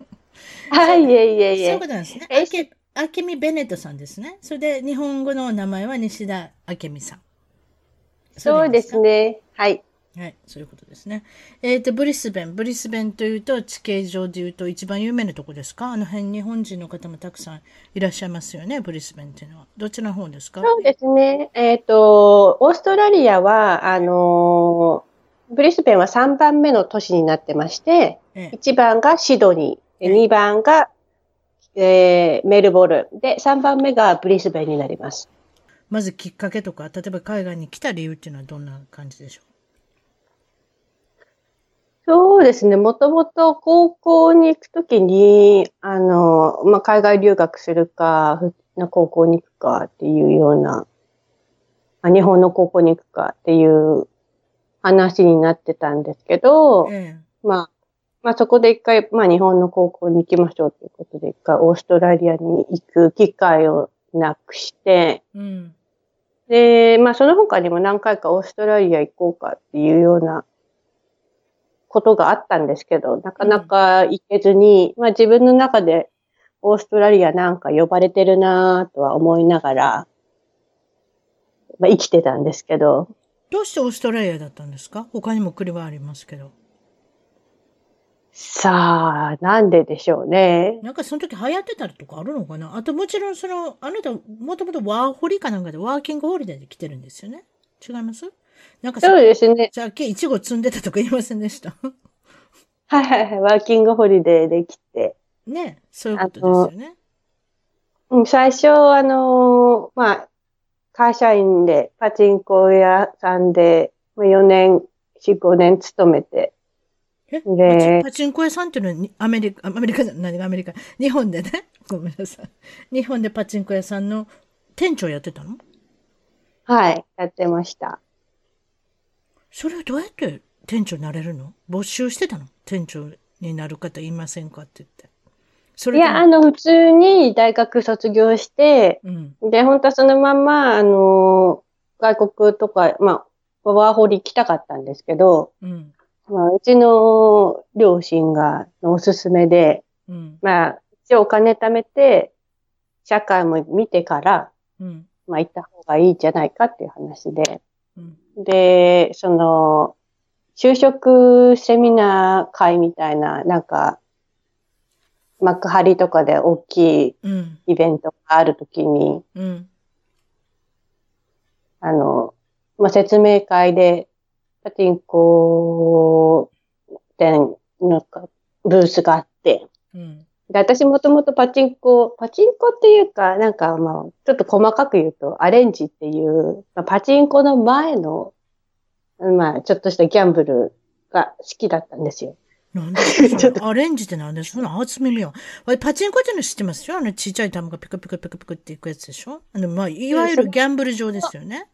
はい、いえいえそういいうえこ。となんですね。えあけ、あけみベネットさんですね。それで、日本語の名前は西田あけみさん。そうですね。ね。はい。はい、そういうことですね。えっ、と、ブリスベン。ブリスベンというと、地形上でいうと一番有名なとこですかあの辺、日本人の方もたくさんいらっしゃいますよね、ブリスベンっていうのは。どっちらの方ですかそうですね。えっ、と、オーストラリアは、あのーブリスベンは3番目の都市になってまして、ええ1番がシドニー、ええ2番が、えーメルボルン、で、3番目がブリスベンになります。まずきっかけとか、例えば海外に来た理由っていうのはどんな感じでしょそうですね。もともと高校に行くときに、あの、まあ、海外留学するか、ふ高校に行くかっていうような、まあ日本の高校に行くかっていう話になってたんですけどう、えまあ、まあそこで一回、まあ日本の高校に行きましょうということで、一回オーストラリアに行く機会をなくして、えうん。で、まあその他にも何回かオーストラリア行こうかっていうようなことがあったんですけど、なかなか行けずに、まあ自分の中でオーストラリアなんか呼ばれてるなぁとは思いながら、まあ生きてたんですけど、どうしてオーストラリアだったんですか他にも国はありますけど。さあ、なんででしょうね。なんかその時流行ってたりとかあるのかなあともちろんその、あなたもともとワーホリかなんかでワーキングホリデーで来てるんですよね違いますなんかさそうですね。じゃあ、今日いちご積んでたとか言いませんでした [laughs] はいはいはい。ワーキングホリデーできて。ね、そういうことですよね。うん、最初、あのーまあ、会社員で、パチンコ屋さんで、まあ4年、4、5年勤めて、えねパチパチンコ屋さんっていうのはにアメリカ、あアメリカじゃない、何がアメリカ。日本でね。 [laughs] ごめんなさい。日本でパチンコ屋さんの店長やってたのはい、やってました。それをどうやって店長になれるの募集してたの店長になる方いませんかって言って。そいれともや、あの、普通に大学卒業して、うん。で、本当はそのまま、あのー外国とか、まあ、ワーホリ行きたかったんですけど、うん。まあ、うちの両親がのおすすめで、うん。まあ、一応お金貯めて、社会も見てから、うん。まあ、行った方がいいんじゃないかっていう話で。うん。で、その、就職セミナー会みたいな、なんか、幕張とかで大きいうん。イベントがあるときに、うん。あの、まあ、説明会で、パチンコ店のかブースがあって、うん。で、私もともとパチンコ、パチンコっていうか、なんかまあ、ちょっと細かく言うと、アレンジっていう、まあ、パチンコの前の、まあ、ちょっとしたギャンブルが好きだったんですよ。なんでそれ [laughs] ちょっとアレンジってなんでそんな初耳は。わパチンコっていうの知ってますよあのちっちゃい玉がピクピクピクピクっていくやつでしょあの、まあ、いわゆるギャンブル場ですよね。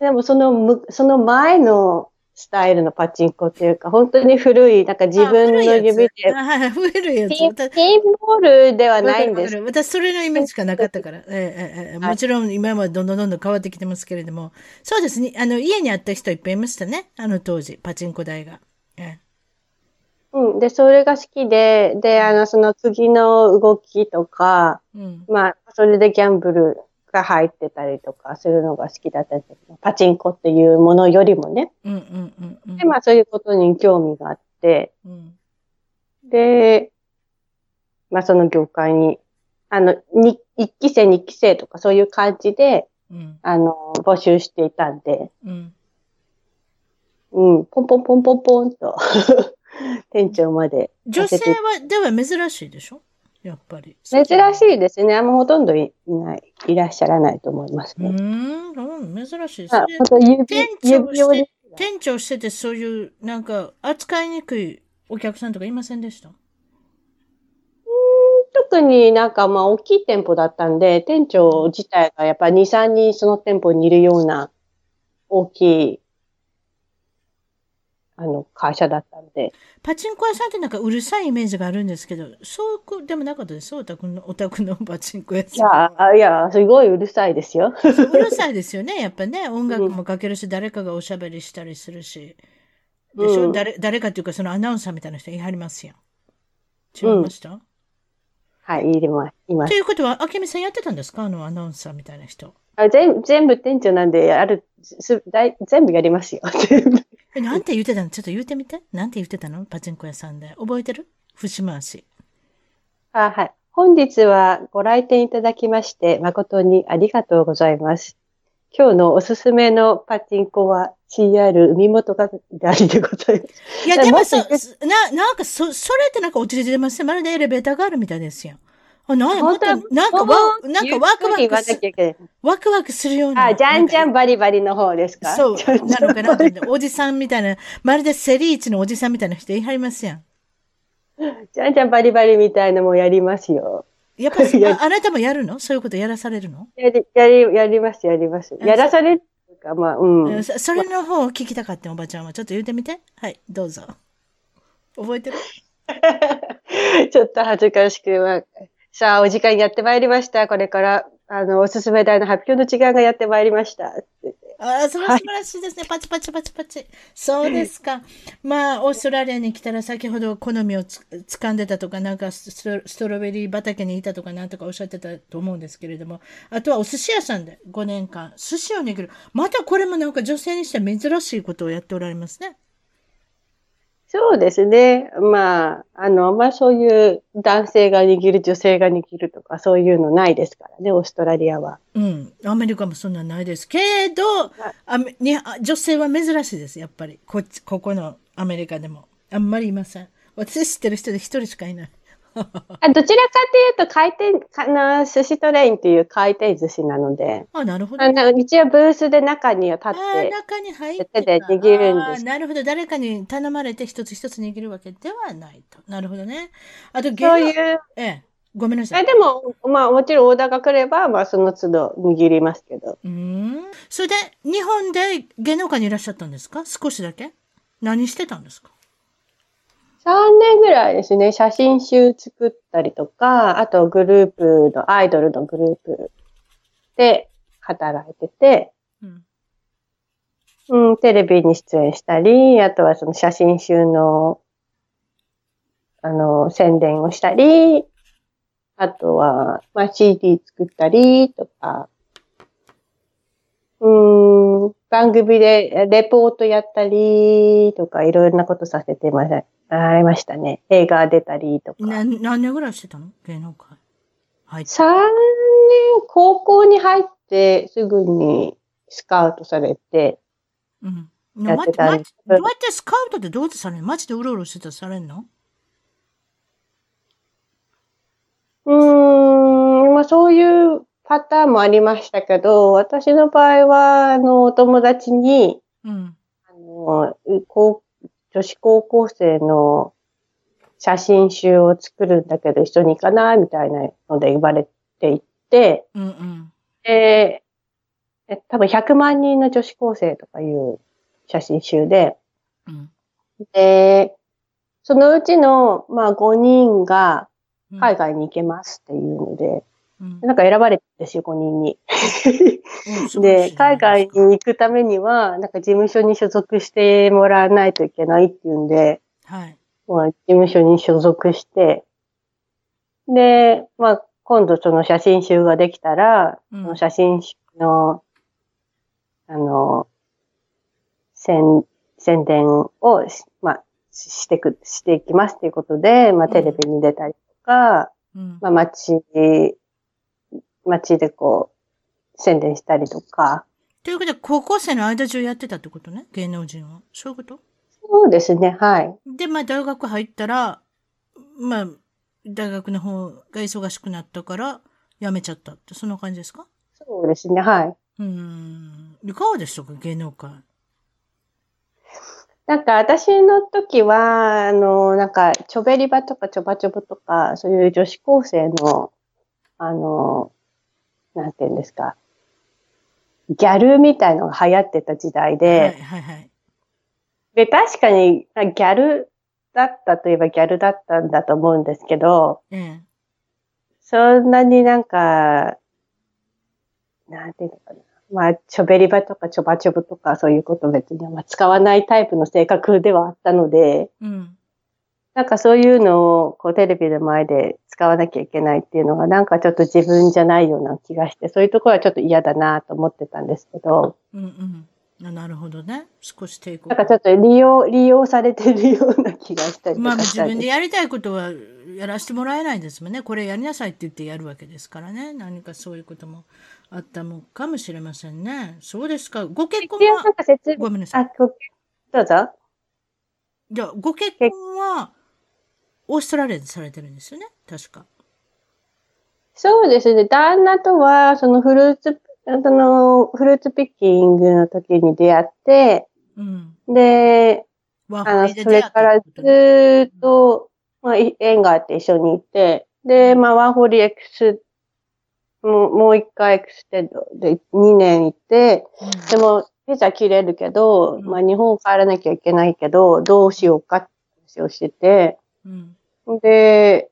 でも、そのむ、その前のスタイルのパチンコっていうか、本当に古い、なんか自分の指で、あはいはい、増えるやつ。ピン私ピンボールではないんわでかす。るわかる私、それのイメージしかなかったから。ええええええ [laughs] はいもちろん、今はどんどんどんどん変わってきてますけれども。そうですね。あの、家にあった人いっぱいいましたね。あの当時、パチンコ台が。えうん。で、それが好きで、で、あの、その次の動きとか、えうん。まあ、それでギャンブルが入ってたりとかするのが好きだったんですけど、パチンコっていうものよりもね。うんうんうんうん。で、まあ、そういうことに興味があって、うん。で、まあ、その業界に、あの、に一期生、二期生とかそういう感じで、うん。あの、募集していたんで、うん。うん、ポンポンポンポンポンと、 [laughs] 店長まで。女性は、では珍しいでしょやっぱり。珍しいですね。あんまほとんどいいない、いらっしゃらないと思いますうね。ーん、珍しい。まそあれほんと指店長指折しりて、店長しててそういう、なんか、扱いにくいお客さんとかいませんでした特になんかまあ大きい店舗だったんで、店長自体がやっぱり2、3人その店舗にいるような大きい、あの、会社だったんで。パチンコ屋さんってなんかうるさいイメージがあるんですけど、そうこでもなかったです。お宅の、お宅のパチンコ屋いやさん。、あいや、すごいうるさいですよ。 [laughs] うるさいですよね。やっぱね、音楽もかけるし、誰かがおしゃべりしたりするし。でしょ、うん誰、誰かっていうかそのアナウンサーみたいな人いはりますやん。違いました、はい、いります。いまとすいうことは、あけみさんやってたんですかあのアナウンサーみたいな人。あ全。全部店長なんで、ある、す大全部やりますよ。 [laughs] 全部。え、なんて言ってたのちょっと言ってみて。なんて言ってたのパチンコ屋さんで。覚えてる節回し。あはい。本日はご来店いただきまして誠にありがとうございます。今日のおすすめのパチンコは CR 海本係でございます。いや、えでももしそ、な、なんか、そ、それってなんか落ち着いてますね。まるでエレベーターがあるみたいですやん。あ、なんや、また、なんかわ、なんかワクワゆっくり言わクなすきゃいけないワクワクするような。あ、じゃんじゃなんんバリバリの方ですかかそう、じゃんじなゃんのかなと思っておじさんみたいな、まるでセリーチのおじさんみたいな人いはりますやん。じゃんじゃんバリバリみたいのもやりますよ。やっぱいり、やああなたもやるのそういうことやらされるの、やり、やり、やります、やります。やらされるっていうか、まあ、うん。うんそそれの方を聞きたかったおばちゃんは。ちょっと言ってみて。はい、どうぞ。覚えてるちょっと恥ずかしくは。さあ、お時間やってまいりました。これから、あの、おすすめ台の発表の時間がやってまいりました。ああ、それははい素晴らしいですね。パチパチパチパチ。そうですか。まあ、オーストラリアに来たら先ほど好みをつ掴んでたとか、なんかストロストロベリー畑にいたとか、なんとかおっしゃってたと思うんですけれども、あとはお寿司屋さんで5年間、寿司を握る。またこれもなんか女性にしては珍しいことをやっておられますね。そうですね。まあ、あの、あんまりそういう男性が握る、女性が握るとか、そういうのないですからね、オーストラリアは。うん。アメリカもそんなないですけど、あに女性は珍しいです、やっぱり。こっち、ここのアメリカでも。あんまりいません。私知ってる人で一人しかいない。あどちらかというと、回転、かな寿司トレインっていう回転寿司なので、あ、なるほど。あの一応ブースで中には立っあーて、中に入って手で握るんですあーなるほど。誰かに頼まれて一つ一つ握るわけではないと。なるほどね。あと、ゲそうル、いう、ええ、ごめんなさあい。でも、まあ、もちろんオーダーが来れば、まあ、その都度握りますけど。うーん。それで、日本で芸能界にいらっしゃったんですか少しだけ何してたんですか3年ぐらいですね、写真集作ったりとか、あとグループの、アイドルのグループで働いてて、うん。うん、テレビに出演したり、あとはその写真集の、あの、宣伝をしたり、あとは、まあ、CD 作ったりとか、うん、番組でレポートやったりとか、いろんなことさせてません。ありましたね。映画出たりとか。な何年ぐらいしてたの芸能界。はい。 3年、高校に入ってすぐにスカウトされて、うん。やっ待ってて、たん待っでてす、どうやってスカウトってどうやってされるの街でうろうろしてたらされんのうーん、まあそういうパターンもありましたけど、私の場合は、あの、お友達に、うん。あの、高女子高校生の写真集を作るんだけど一緒に行かないみたいなので言われていって、うんうん。で、え多分100万人の女子高生とかいう写真集で、うん。で、そのうちの、まあ5人がうん海。外に行けますっていうので、うん。なんか選ばれてるし、5人に。うんすごいで、じゃないす海か外に行くためには、なんか事務所に所属してもらわないといけないっていうんで、はい。まあ、事務所に所属して、で、まあ、今度その写真集ができたら、うんその写真集の、あの、宣、宣伝をし、まあ、ししてく、していきますっていうことで、まあ、うんテレビに出たりとか、うん。まあ、街、街でこう、宣伝したりとか。ということで、高校生の間中やってたってことね、芸能人は。そういうことそうですね、はい。で、まあ、大学入ったら、まあ、大学の方が忙しくなったから、辞めちゃったって、そんな感じですかそうですね、はい。うーん。いかがでしたか、芸能界。なんか私の時は、あの、なんか、チョベリバとかチョバチョブとか、そういう女子高生の、あの、なんていうんですか、ギャルみたいのが流行ってた時代で、はいはいはい。で、確かに、まあギャルだったといえばギャルだったんだと思うんですけど、ええ。そんなになんか、なんていうのかな。まあ、ちょべりばとかちょばちょぶとかそういうこと別にあんま使わないタイプの性格ではあったので、うん。なんかそういうのをこうテレビの前で使わなきゃいけないっていうのがなんかちょっと自分じゃないような気がして、そういうところはちょっと嫌だなと思ってたんですけど、うんうん。あなるほどね。少し抵抗なんかちょっと利用、利用されてるような気がしたりとまあ、かし自たん分でです。やりたいことはやらせてもらえないですもんね。これやりなさいって言ってやるわけですからね。何かそういうこともあったもんかもしれませんね。そうですか。ご結婚一応はなん、か説明、ごめんなさいあ、。こどうぞ。じゃあ、ご結婚は、オーストラリアでされてるんですよね確か。そうですね。旦那とは、そのフルーツ、そのフルーツピッキングの時に出会って、うん。で、ワあの、でそれか出会ったらずってことねーっと、まあ、い縁があって一緒にいて、で、まあ、ワーホリエクス、もう、もう一回エクステンドで2年行って、でも、ビザ切れるけど、うんまあ、日本帰らなきゃいけないけど、どうしようかって話をしてて、うん。うんで、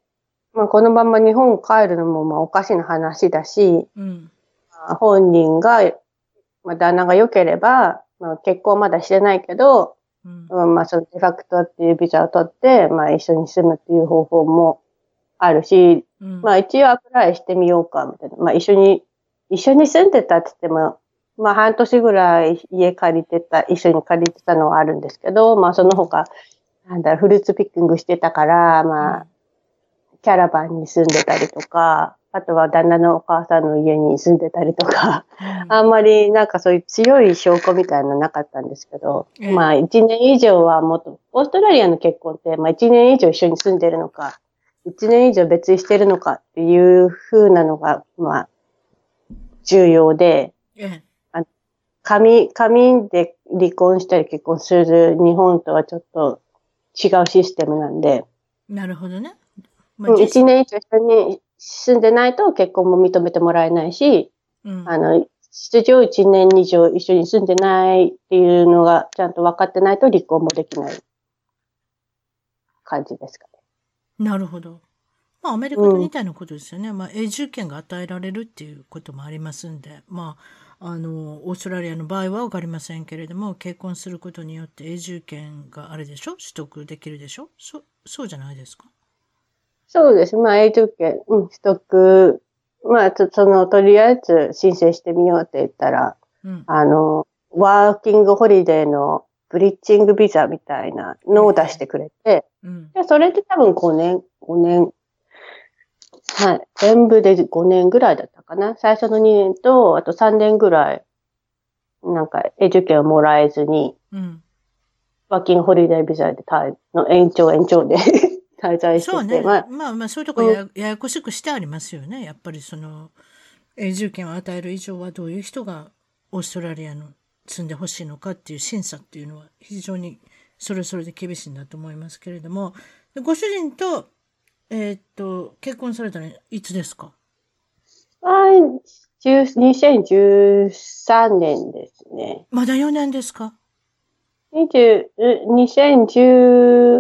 まあ、このまま日本帰るのも、まあ、おかしな話だし、うん。まあ本人が、まあ、旦那が良ければ、まあ、結婚まだしてないけど、うん。うんまあ、そのデファクトっていうビザを取って、まあ、一緒に住むっていう方法もあるし、うん。まあ、一応アプライしてみようか、みたいな。まあ、一緒に、一緒に住んでたって言っても、まあ、半年ぐらい家借りてた、一緒に借りてたのはあるんですけど、まあ、その他、なんだろう、フルーツピッキングしてたから、まあ、キャラバンに住んでたりとか、あとは旦那のお母さんの家に住んでたりとか、あんまりなんかそういう強い証拠みたいなのなかったんですけど、ええまあ一年以上はもっと、オーストラリアの結婚って、まあ一年以上一緒に住んでるのか、一年以上別居してるのかっていう風なのが、まあ、重要で、え紙、紙で離婚したり結婚する日本とはちょっと違うシステムなんで、え、なるほどね。まうんじ一年以上一緒に住んでないと結婚も認めてもらえないし、うんあの、出場1年以上一緒に住んでないっていうのがちゃんと分かってないと離婚もできない感じですかね。なるほど。まあ、アメリカと似たようなことですよね。まあ、永住権が与えられるっていうこともありますんで、まあ、あの、オーストラリアの場合は分かりませんけれども、結婚することによって永住権があれでしょ取得できるでしょそ、そうじゃないですかそうです。まあ、永住権、うん、取得、まあ、ちょその、とりあえず申請してみようって言ったら、うん。あの、ワーキングホリデーのブリッジングビザみたいなのを出してくれて、うん。でそれで多分5年、5年、はい、全部で5年ぐらいだったかな。最初の2年と、あと3年ぐらい、なんか、永住権をもらえずに、うん。ワーキングホリデービザで滞の延長延長で [laughs] 滞在してて、そうね。ままあ、あまあ、そういうとこややややこしくしてありますよね。やっぱりその、永住権を与える以上はどういう人がオーストラリアの住んでほしいのかっていう審査っていうのは非常にそれぞれで厳しいんだと思いますけれども、でご主人と、えーっと、結婚されたのいつですかはい10 2013年ですね。まだ4年ですか20、う2010、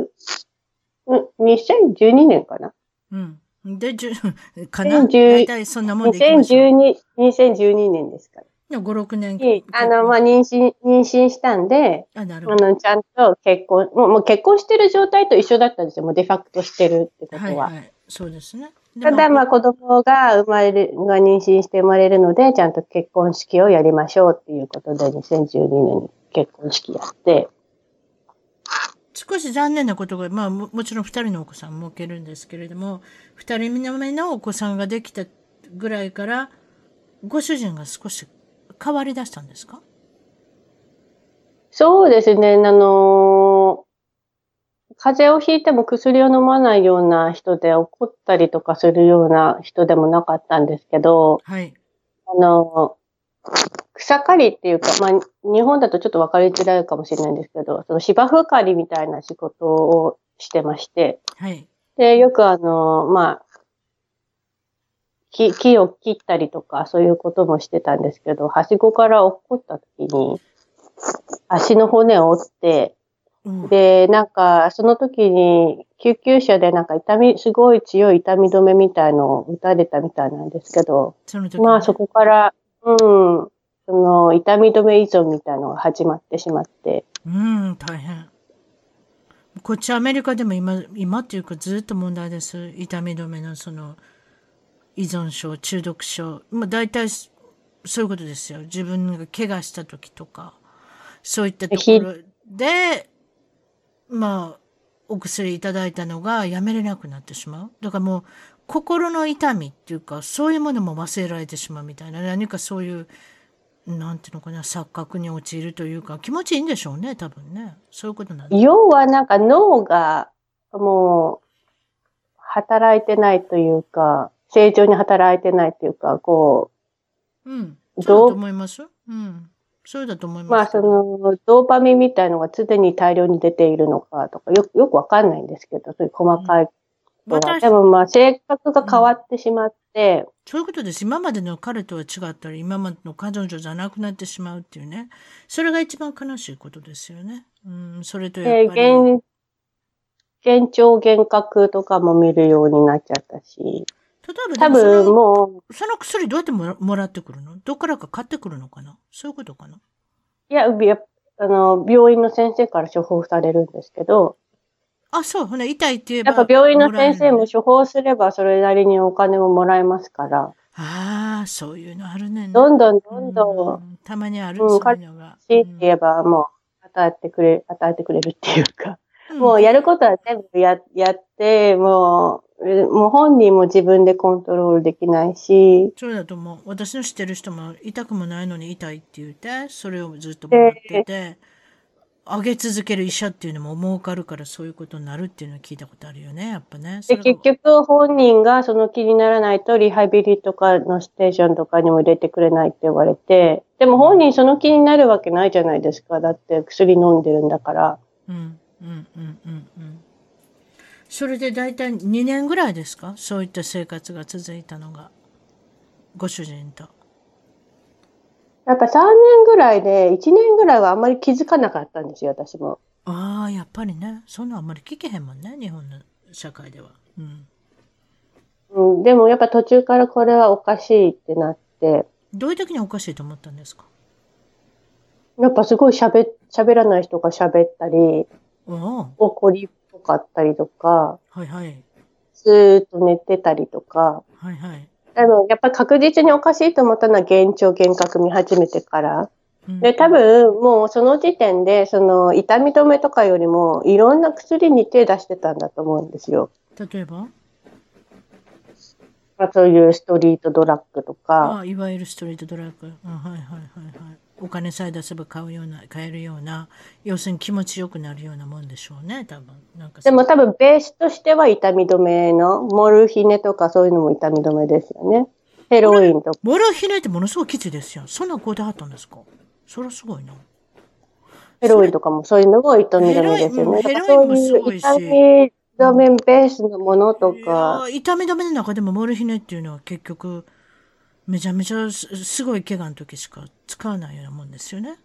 うん2012年かなうん。で、じゅ [laughs] かな2010大体そんなもんでいきましょう。 2012、2012年ですから。 5、6年。に、あの、まあ、妊娠、妊娠したんで、あ、なるあほど。の、ちゃんと結婚、もう、もう結婚してる状態と一緒だったんですよ。もうデファクトしてるってことは。はいはい。そうですね。でただ、まあ、子供が生まれる、が妊娠して生まれるので、ちゃんと結婚式をやりましょうっていうことで、2012年に結婚式やって、少し残念なことが、まあ、ももちろん2人のお子さんも受けるんですけれども2人目のお子さんができたぐらいからご主人が少し変わりだしたんですかそうですね、あのー風邪をひいても薬を飲まないような人で怒ったりとかするような人でもなかったんですけど、はい。あの、草刈りっていうか、まあ、日本だとちょっと分かりづらいかもしれないんですけど、その芝生刈りみたいな仕事をしてまして、はい。で、よくあの、まあ、木、木を切ったりとか、そういうこともしてたんですけど、はしごから落っこった時に、足の骨を折って、うんで、なんか、その時に、救急車でなんか痛み、すごい強い痛み止めみたいのを打たれたみたいなんですけど、その時まあそこから、うん、その痛み止め依存みたいのが始まってしまって、うん大変こっちアメリカでも今今っていうかずっと問題です痛み止めのその依存症中毒症、まあ、大体そそういうことですよ自分が怪我した時とかそういったところでまあお薬いただいたのがやめれなくなってしまうだからもう心の痛みっていうかそういうものも忘れられてしまうみたいな何かそういうなんていうのかな錯覚に陥るというか気持ちいいんでしょうね多分ねそういうことなんだ要はなんか脳がもう働いてないというか、正常に働いてないというか、こうんどそうだう、と思いますうんそうだと思いうますまあそのドーパミンみたいのが常に大量に出ているのかとか、よくよくわかんないんですけど、そういう細かいことは。私でもまあ性格が変わってしまって、そういうことです今までの彼とは違ったり今までの彼女じゃなくなってしまうっていうねそれが一番悲しいことですよねうんそれとやでっぱり幻幻聴幻覚とかも見るようになっちゃったし、例えばで多も分そのもその薬どうやってもらもらってくるのどっからか買ってくるのかなそういうことかなう、いや、びやあの、病院の先生から処方されるんですけど、あそうほな痛いって言えばやっぱ病院の先生らえるもね処方すればそれなりにお金ももらえますから、ああそういうのあるねんなどんどんどんどん、うたまにある、うんそういうのが。強いて言えばもう与えてくれ、与えてくれるっていうか、もうやることは全部ややって、もう、えもう本人も自分でコントロールできないし、そうだと思う。私の知ってる人も痛くもないのに痛いって言って、それをずっともらってて、上げ続ける医者っていうのも儲かるからそういうことになるっていうのを聞いたことあるよね、やっぱね。そでれが結局本人がその気にならないとリハビリとかのステーションとかにも入れてくれないって言われて、でも本人その気になるわけないじゃないですか。だって薬飲んでるんだから。うんうんうんうんうん。それで大体2年ぐらいですかそういった生活が続いたのが。ご主人と。やっぱ3年ぐらいで、1年ぐらいはあんまり気づかなかったんですよ、私も。ああ、やっぱりね。そんなんあんまり聞けへんもんね、日本の社会では。うん。うん、でもやっぱ途中からこれはおかしいってなって、どういう時におかしいと思ったんですかやっぱすごい喋、喋らない人が喋ったり、おお怒りっぽかったりとか、はいはい。ずーっと寝てたりとか、はいはい。でもやっぱり確実におかしいと思ったのは幻聴幻覚見始めてから。うんで、多分もうその時点で、その痛み止めとかよりもいろんな薬に手出してたんだと思うんですよ。例えばまあそういうストリートドラッグとあか。あいわゆるストリートドラッグ、うん、はいはいはいはいお金さえ出せば買うような買えるような要するに気持ちよくなるようなもんでしょうね多分なんかでも多分ベースとしては痛み止めの、モルヒネとかそういうのも痛み止めですよね。ヘロインとか。ボルヒネってものすごくきついですよそんなこであったんですかそりゃすごいなヘロインとかもそういうのも痛み止めですよね。ヘだロインからうんヘロそうインもすごいういし痛み止めベースのものといか、やー痛み止めの中でもモルヒネっていうのは結局めちゃめちゃすすごい怪我の時しか使わないようなもんですよね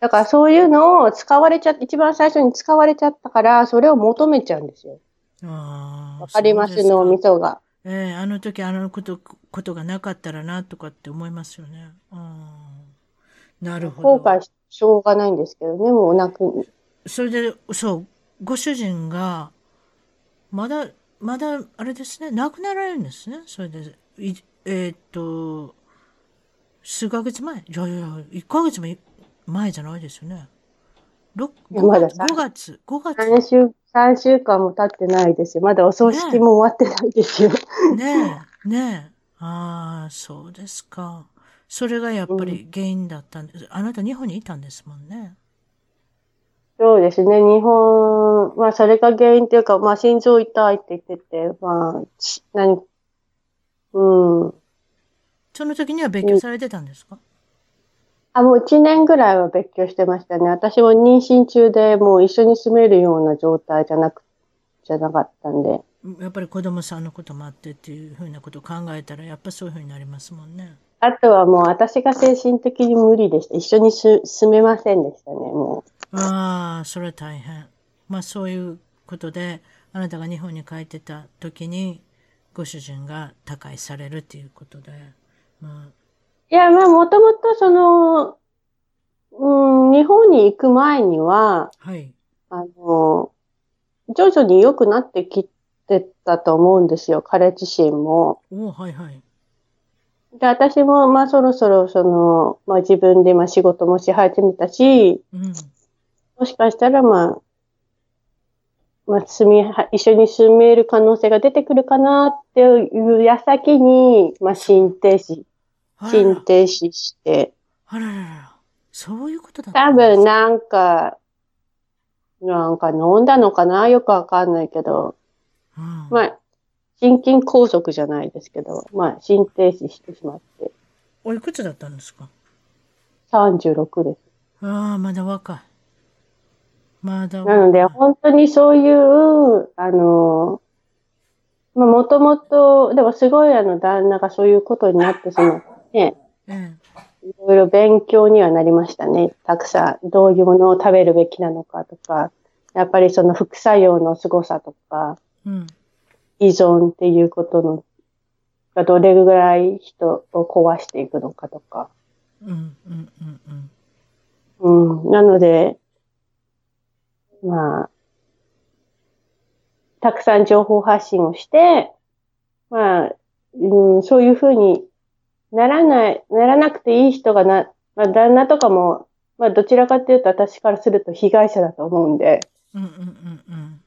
だからそういうのを使われちゃって、一番最初に使われちゃったから、それを求めちゃうんですよ。ああわかります脳みそが。ええあの時あのことことがなかったらなとかって思いますよね。うんなるほど。後悔ししょうがないんですけどね、もうなく、それで、そう、ご主人が、まだ、まだ、あれですね、亡くなられるんですね。それで、いえーっと、数ヶ月前いやいや、1ヶ月もい前じゃないですよね。六いやま5だ月、さ5月、5月3週、3週間も経ってないですよ。まだお葬式も終わってないですよ。ねえ、ねえ。ああ、そうですか。それがやっぱり原因だったんです。あなた日本にいたんですもんね。そうですね、日本、まあそれが原因というか、まあ心臓痛いって言ってて、まあ、ち何、うん。その時には勉強されてたんですかあ、もう1年ぐらいは別居してましたね。私も妊娠中でもう一緒に住めるような状態じゃなく、じゃなかったんで。やっぱり子供さんのこともあってっていうふうなことを考えたら、やっぱそういうふうになりますもんね。あとはもう私が精神的に無理でした。一緒にす住めませんでしたね、もう。ああ、それは大変。まあそういうことで、あなたが日本に帰ってた時に、ご主人が他界されるっていうことで、まいや、まあもともとその、うん、日本に行く前には、あ、はい。あの、徐々に良くなってきてたと思うんですよ、彼自身も。おおはいはい。で、私も、まあ、そろそろ、その、まあ、自分で、まあ、仕事もし始めたし、うん。もしかしたら、まあ、まあ、住みは、一緒に住める可能性が出てくるかなっていう矢先に、まあ、心停止、あらら心停止して、あららら、そういうことだった多んです分、なんか、なんか飲んだのかなよくわかんないけど、うん、まあ、心筋梗塞じゃないですけど、まあ、心停止してしまって、おいくつだったんですか36です。ああ、まだ若い。まだ若い。なので、本当にそういう、あの、まあ、もともと、でもすごいあの、旦那がそういうことになってしまって、えいろいろ勉強にはなりましたね。たくさん、どういうものを食べるべきなのかとか、やっぱりその副作用の凄さとか、え。うん。依存っていうことの、がどれぐらい人を壊していくのかとか。うん、うん、うん、うん。うん、なので、まあ、たくさん情報発信をして、まあ、うん、そういうふうにならない、ならなくていい人がな、まあ、旦那とかも、まあ、どちらかというと私からすると被害者だと思うんで、うんうんうんうん。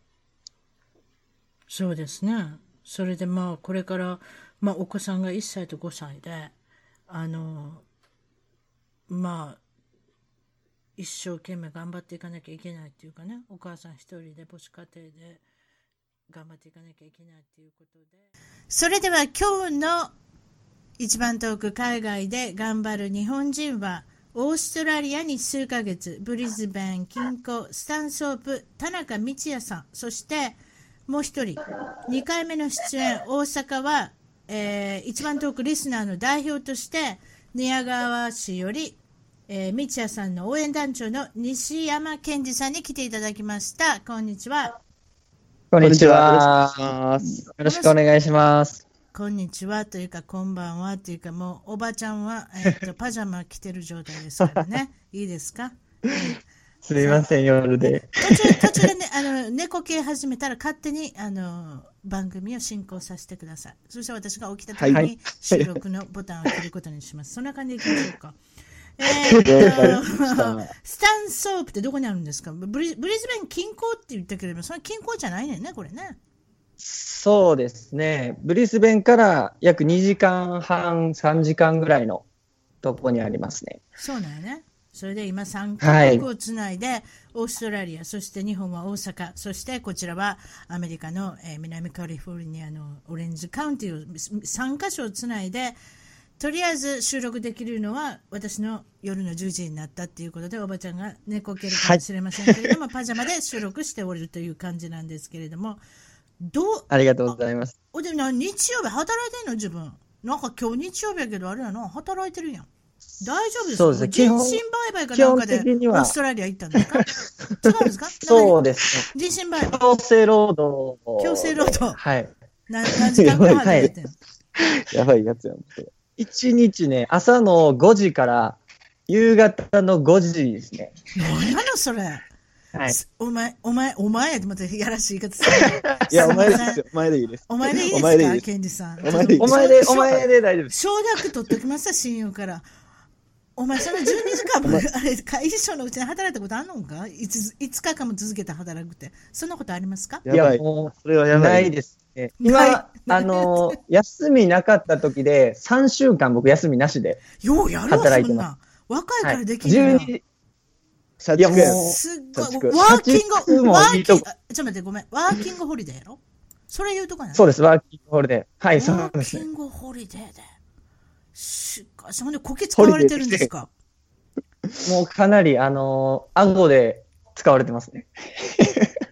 そうですね。それでまあ、これから、まあ、お子さんが1歳と5歳で、あの、まあ、一生懸命頑張っていかなきゃいけないっていうかね、お母さん一人で母子家庭で頑張っていかなきゃいけないっていうことで。それでは今日の一番遠く海外で頑張る日本人は、オーストラリアに数ヶ月、ブリズベン近郊、スタンソープ、田中道也さん、そして、もう一人、2回目の出演、大阪は、えー一番遠くリスナーの代表として、寝屋川市より、えー、道也さんの応援団長の西山健二さんに来ていただきました。こんにちは。こんにちよろはしくお。願いしますよろしくお願いします。こんにちはというか、こんばんはというか、もうおばちゃんは、えっ [laughs] とパジャマ着てる状態ですからね。いいですかすみません、夜で。途中途中で、ね、あの猫系始めたら勝手にあの番組を進行させてください。そして私が起きた時はにい収録のボタンを切ることにします。そんな感じでいきましょう [laughs] か。え了ー解っしとた、 [laughs] スタンソープってどこにあるんですかブリブリズベン近郊って言ったけれども、その近郊じゃないねんね、これね。そうですね。ブリスベンから約2時間半、3時間ぐらいのとこにありますね。そうなんよね。それで今3はカい国をつないで、オーストラリア、そして日本は大阪、そしてこちらはアメリカの、えー南カリフォルニアのオレンジカウンティを3カ所をつないで、とりあえず収録できるのは私の夜の10時になったっていうことで、おばちゃんが寝こけるかもしれませんけれども、パジャマで収録しておるという感じなんですけれども、どう、ありがとうございます。おでもな日曜日働いてんの自分なんか今日日曜日やけどあれやな働いてるやん大丈夫ですかそうですね基本人身売買かなんかで基本的にオはーストラリア行ったんですか違うんですかそうでですね。人身売買強制労働。強制労働はい。な何時間ぐらい働いてんの、やばいやつやん。それ1日ね、朝の5時から夕方の5時ですね。何なのそれ、はい。すお前お前お前やってまたやらしい言い方するいや、すおいませ前んですよ。お前でいいです。お前でいいでお前ですいいかですケンジさんお前でいいお前ちょっで、おと前で大丈夫です。承諾取っときます親友から。お前、その12時間も、あれ、会社のうちに働いたことあんのか ?5 日間も続けて働くって。そんなことありますかやばい。もうそれはやばい。ないですね。ない今、あの、休みなかった時で、3週間僕休みなしで。ようやるわ、働いそんてなま。若いかはい。らできるな。 12社いや畜やん。もうすっご社い。畜ワーキン社畜グ、もワーいいキンとグ、あちょっと待って、ごめん。ワーキングホリデーやろそれ言うとかないそうです、ワーキングホールで。はい、そワうでーすキね。ングホリデーで。しかし、ほんで、こけ使われてるんですかもうかなり、あの、顎で使われてますね。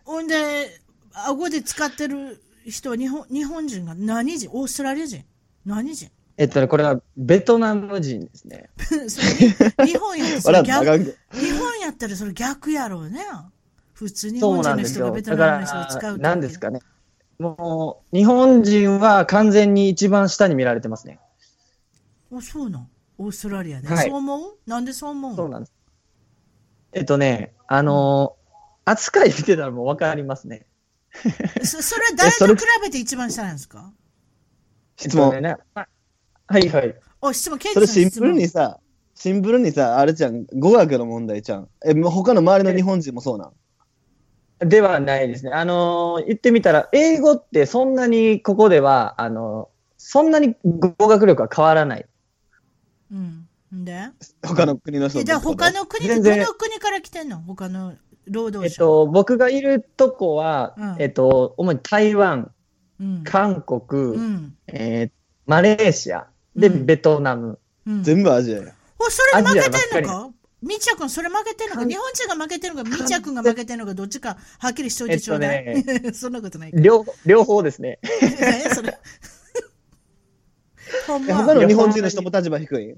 ほんで、顎で使ってる人は日本、日本人が何人オーストラリア人何人 [laughs] えっとね、これはベトナム人ですね。それ日本やったらそれ笑うのあ逆、かんけど日本やったらそれ逆やろうね。普通日そ本うな人んのです人がよ。ベトだかナムの人が使ら、うって何ですかね。もう、日本人は完全に一番下に見られてますね。あ、そうなん。オーストラリアで。はいそう思うなんでそう思うそうんなんです。えっとね、あの、扱い見てたらもうわかりますね。 [laughs] そそれは誰と比べて一番下なんですか質問えっとねまはいはい。お、質問、ケイそジさんのれシン質プル問に。さ、シンプルにさ、あれじゃん、語学の問題じゃん。え、もう他の周りの日本人もそうなん。ではないですね。あのー言ってみたら、英語ってそんなにここでは、あのーそんなに語学力は変わらない。うん。んで他の国の人えも。じゃあ他の国って全ど然の国から来てんの他の労え働っ者。と、僕がいるとこは、うんえっと、主に台湾、うん。韓国、うん。えーマレーシア、で、うんベトナム。うん全部アジアや。お、それで負けアジてアんのばかみーちゃくん、それ負けてんのか完日本人が負けてんのかみーちゃくんが負けてんのかどっちかはっきりしといてちょうだい。え [laughs] っそんなことないか。両両方ですね。 [laughs] え、それ。 [laughs] ほんえま他。の日本人の人も立場低い。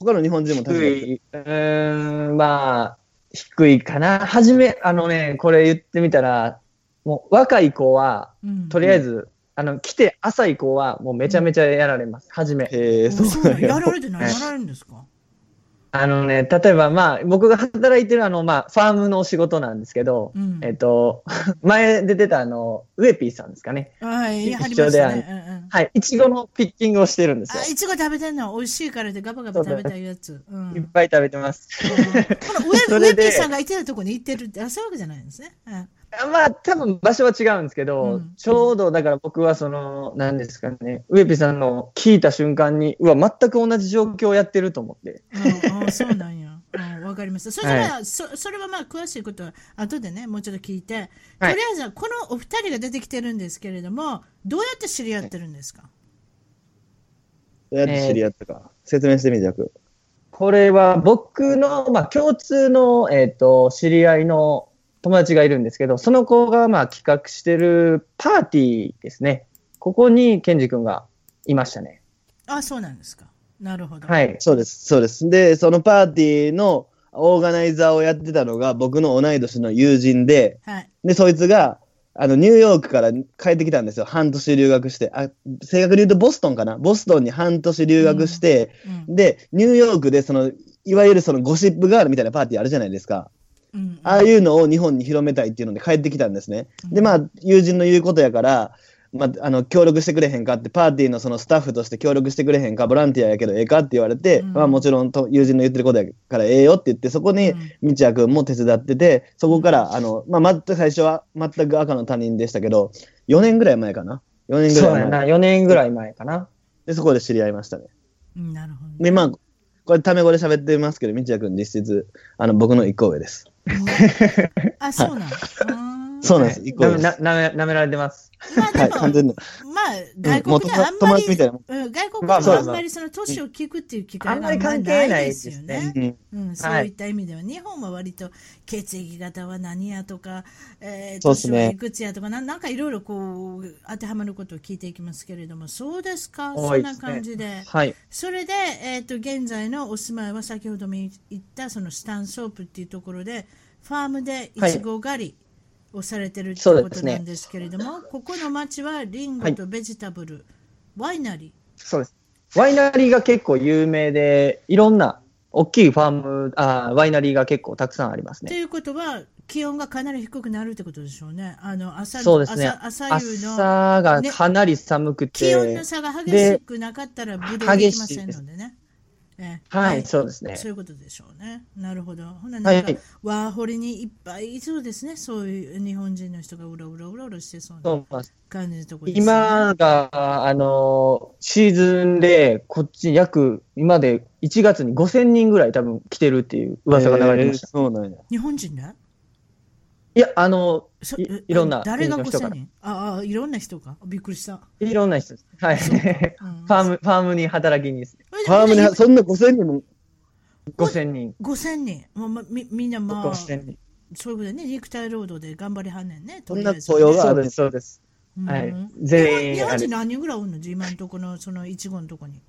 他の日本人も立場低低い。い。うーん、まあ、低いかな。はじめ、あのね、これ言ってみたら、もう若い子は、うんとりあえず、あの、来て朝以降は、もうめちゃめちゃやられます。はじめ。へえ、おそそうなんうなんやや。られてないやられるんですかあのね、例えばまあ、僕が働いてるあの、まあ、ファームのお仕事なんですけど、うんえっと、 [laughs] 前出てたあの、ウエピーさんですかね。はい、やり一ま緒しでたあるね。うんうんはい。いちごのピッキングをしてるんですよあ、。いちご食べてんの美味しいからでガバガバ食べたいやつ。ういっん。ぱい食べてます。 [laughs] このウェそウェれピでーさんがいてたとこに行ってるって、あそういうわけじゃないんですね。うんまあ、多分場所は違うんですけど、うんちょうどだから僕はその、何ですかね、ウエピさんの聞いた瞬間に、うわ、全く同じ状況をやってると思って。ああ、そうなんや。ああわかりました。そしたら、そそれはまあ、詳しいことは後でね、もうちょっと聞いて、とりはあいえずは、このお二人が出てきてるんですけれども、どうやって知り合ってるんですか、どうやって知り合ったか。説明してみて、じゃく。これは僕の、まあ、共通の、えっ、と、知り合いの友達がいるんですけど、その子が、まあ、企画してるパーティーですね。ここに、ケンジ君がいましたね。あそうなんですか。なるほど。はい。そうです、そうです。で、そのパーティーのオーガナイザーをやってたのが僕の同い年の友人で、はい。で、そいつが、あの、ニューヨークから帰ってきたんですよ。半年留学して。あ、正確に言うとボストンかな。ボストンに半年留学して、うん。で、ニューヨークでその、いわゆるそのゴシップガールみたいなパーティーあるじゃないですか。うん、ああいうのを日本に広めたいっていうので帰ってきたんですね。うんで、まあ、友人の言うことやから、まあ、あの、協力してくれへんかって、パーティーのそのスタッフとして協力してくれへんか、ボランティアやけどええかって言われて、うんまあ、もちろんと友人の言ってることやからええよって言って、そこに、うん道也君も手伝ってて、そこから、あの、まあ、全く最初は全く赤の他人でしたけど、4年ぐらい前かな。4年ぐそうらやいな、前。 4年ぐらい前かな。で、そこで知り合いましたね。うんなるほど、で、まあ、これ、タメ語で喋ってますけど、道也君実質、あの、僕の1個上です。 [laughs] あ、そうなんです。うんそうなんです、1個なめ上でなす。めなめられてます。まあではい、も、完全に。まあ、うん外もう国とであん友まり、達みたいなもん。うん外国でまあそうあでんすまりその年を聞くっていう機あ会んがまあんりまり関な係いないでですすよねね。うんうん、そういった意味では、日本は割と血液型は何やとか、えー、そうっすね年はいくつやとかな、なんかいろいろこう当てはまることを聞いていきますけれども、そうですか、そ多んいでなすね感じで。はい。それで、えー、と現在のお住まいは先ほども言ったそのスタンソープっていうところでファームでイチゴ狩りをされてるってそうことですねなんですけれども、ここの町はリンはゴいとベジタブル、ワイナリそうです。ワイナリーが結構有名で、いろんな大きいファーム、あーワイナリーが結構たくさんありますーとね。いうことは気温がかなり低くなるってことでしょうね。あの朝そうですね。朝朝夕の朝がかなり寒く気て、温の差が激しくなかったらブドウできませんのでね。ええはい、そうですね。そういうことでしょうね。なるほど。ほなはなんか、い、ワーホリにいっぱいいそうですね。そういう日本人の人がうろうろうろうろしてそうそなうなんです感じのところです、ね。今が、あのーシーズンで、こっち約、今で1月に5000人ぐらい多分来てるっていう噂が流れてました。えーそうなんや。日本人ねいや、あのそいえいろんな誰が国の人か5000な人ああ、いろんな人か。びっくりした。いろんな人です。 [laughs] はい。フそうかァうんーム、ファームに働きにですそれでファームみんに、なそんな5000人も、 5000人。 5000人。まあまあ、みみんなまあ、そういう5000人。ことでね、肉体労働で頑張りはんねんね。そんなと雇りあえ用ずねがそあうるです、。そうです。はういん。全日員、あ本れ人何人ぐらいおんの今のとこのそのいちごのとこに。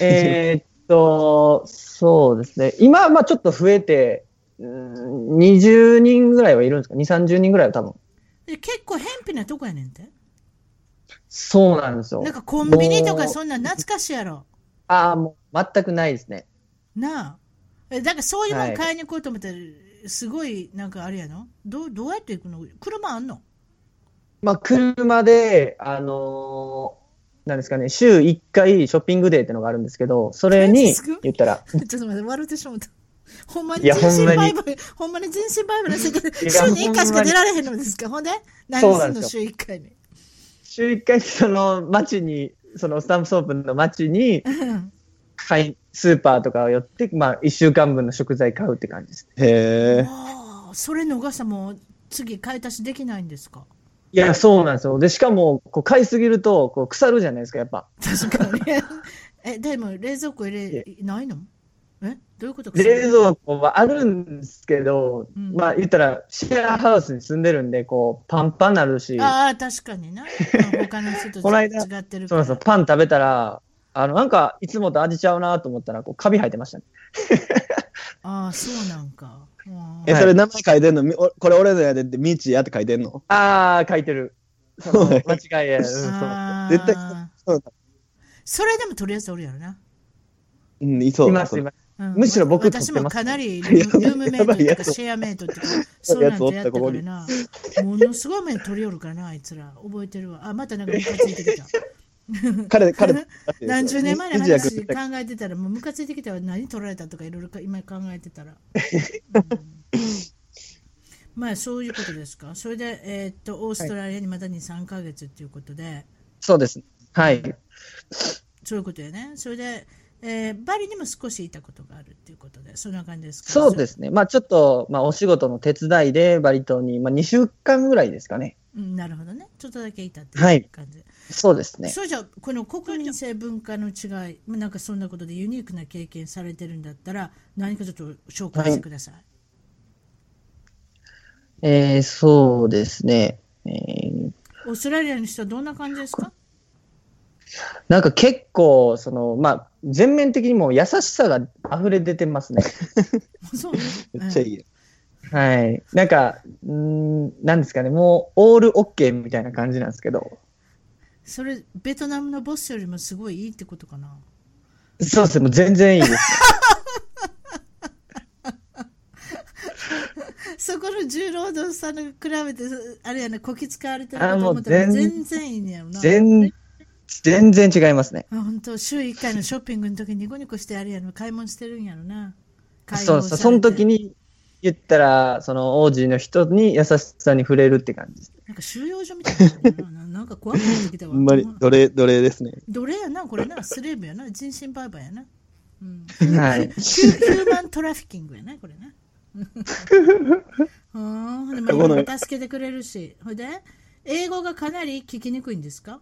えーっと、そうですね。今はまあちょっと増えて、うーん20人ぐらいはいるんですか ?2、30人ぐらいは多分。で結構偏僻なとこやねんて。そうなんですよなん。かコンビニともかうそんな懐かしいやろ。ああ、もう全くないですね。なあ。えだからそういうもはんい買いに行こうと思ったら、すごいなんかあれやのどうどうやって行くの車あんの [laughs] まあ車で、あのーなんですかね、週1回ショッピングデーってのがあるんですけど、それにすごい言ったら、ちょっと待って、笑ってしまった。ほんまにいや人身ほんま売に買、ほんまに人身売買の世界で、いや週に1回しほんまかに出られへんのですかほんで何そうなすんんでのす週1回に。週1回その街に、そのスタンプソープの街に、うん買い、スーパーとかを寄って、まあ1週間分の食材買うって感じです。へえ。ああ、それ逃したらもう次買い足しできないんですかいや、そうなんですよ。で、しかも、こう、買いすぎると、こう、腐るじゃないですか、やっぱ。確かに。 [laughs] え、でも冷蔵庫入れないのえどういうことか冷蔵庫はあるんですけど、うんまあ、言ったら、シェアハウスに住んでるんで、こう、パンパンなるし、ああ、確か [laughs] にな。うん他の人とこの間違ってるそうなんですよ、パン食べたら、あの、なんか、いつもと味ちゃうなと思ったら、こう、カビ生えてましたね。ああ、そうなんか。うんえ、それ名前書いてんのみおこれ俺のやでって、道やって書いてんのあー、書いてる。その [laughs] 間違いや、うん、そう。あー絶対そうだそれでもとりあえずおるやろな。うん、いそう。います、います。うんむしろ僕私もかなり [laughs] ルームルームメイトとやばいやかつシェアメイトとか、そうなんてやってやばいやつおったこかこらにな。ものすごい面取り寄るからな、あいつら。覚えてるわ。あ、またなんかムカついてきた。彼、彼、[laughs] だって何十年前の道也君話っ考てえてたら、もうムカつい [laughs] てきたら何取られたとかいろいろ今考えてたら。うんまあそういうことですか。それで、えーっと、オーストラリアにまた2、3ヶ月っていうことで、そうです。はい。そういうことよね。それで、えーバリにも少しいたことがあるっていうことで、そんな感じですかそうですね。まあちょっと、まあお仕事の手伝いでバリ島に、まあ2週間ぐらいですかね。うんなるほどね。ちょっとだけいたってはいいう感じ。そうですね。そうじゃこの国民性文化の違い、まあなんかそんなことでユニークな経験されてるんだったら、何かちょっと紹介してください。えー、そうですね。えー、オーストラリアの人はどんな感じですか [laughs] なんか結構、その、まあ全面的にもう優しさが溢れ出てますね。そうね。めっちゃいいよ。はい。なんか、うーん、なんですかね。もうオールオッケーみたいな感じなんですけど。それ、ベトナムのボスよりもすごいいいってことかな。そうですね。もう全然いいです。そこの重労働さんに比べて、あれやね、こき使われてるあともう思ったら全全然いいねやろな。全、全然違いますね。あ本当週1回のショッピングの時ニコニコしてあるやろ買い物してるんやろなそうそう。その時にに言ったら、その王子の人に優しさに触れるって感じです。なんか収容所みたいなのななんか怖くなってき [laughs] たわほんまにほんま、奴隷、奴隷ですね。奴隷やなこれなスレーブやな人身売買やな、うん、 [laughs] はい。ヒューヒューマントラフィキングやなこれなうんほんでまあいろいろ助けてくれるしほいで英語がかなり聞きにくいんですか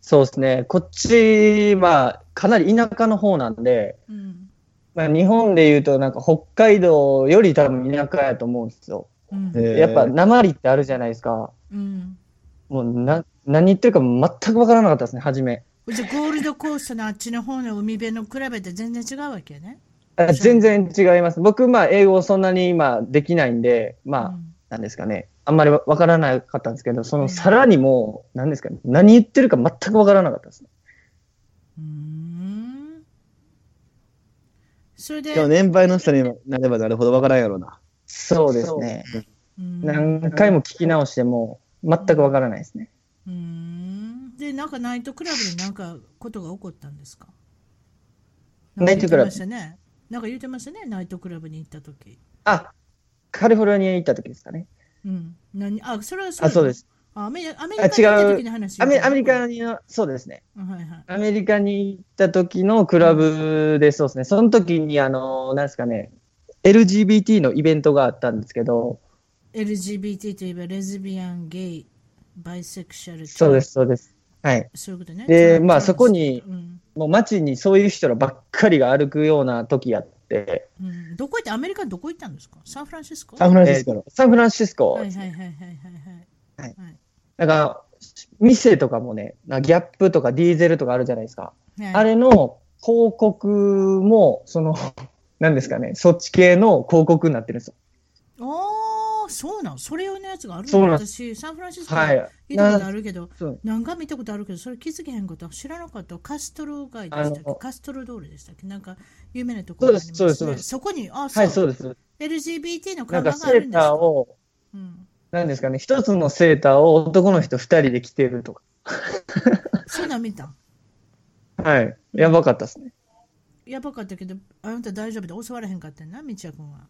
そうですね。こっちはかなり田舎の方なんで、うんまあ、日本で言うとなんか北海道より多分田舎やと思うんですよ。うんえーやっぱ鉛ってあるじゃないですか。うんもうな何言ってるか全くわからなかったですね、初め。じゃあゴールドコーストのあっちの方の海辺の比べて全然違うわけやねあ全然違います。僕、まあ、英語そんなに今できないんで、まあ、うんなんですかね、あんまりわわからなかったんですけど、そうんのさらにもう、何ですかね、何言ってるか全くわからなかったですね。うーんそれででも年配の人になればなるほどわからんやろうな。そうですね。うん何回も聞き直しても、全くわからないですね。うーんでなんかナイトクラブでなんかことが起こったんですかナイトクラブなんか言ってましたねなんか言ってましたねナイトクラブに行った時あ、カリフォルニアに行った時ですかね。うん何あそれはそあ、そうです。あアメリカアメリカに行った時の話アメアメリはカにの、そうですね。いはいアメリカに行った時のクラブで、そうですね。その時に、あの、何ですかね、LGBT のイベントがあったんですけど、 LGBT といえばレズビアンゲイバイセクシャルそうです、そうです。はい。そういうことね。でトランまあトランスそこにうんもう街にそういう人らばっかりが歩くような時やって、うんどこ行って、アメリカのどこ行ったんですかサンフランシスコサンフランシスコの。サンフランシスコ、はいはいはいはいはいははいい。はいなんか店とかもね、なんかギャップとかディーゼルとかあるじゃないですか。はいあれの広告も、その、 [laughs] なんですかね、そっち系の広告になってるんですよ。ああ、そうなのそれ用のやつがあるそうのなん私、サンフランシスコは行っい。たことなあるけどそう、何回見たことあるけど、それ気づけへんことは知らなかった。カストロ街でしたっあけのカストロ通りでしたっけなんか有名なところがありますそうですそうね。ですそこに、あはい、そ。そううです。 LGBT のな看ん板がかあセるんーでタすーかを、うんなんですかね、一つのセーターを男の人二人で着てるとか。そんなん見たはい。やばかったですね。やばかったけど、あなた大丈夫で襲われへんかったんな、みちやくんは。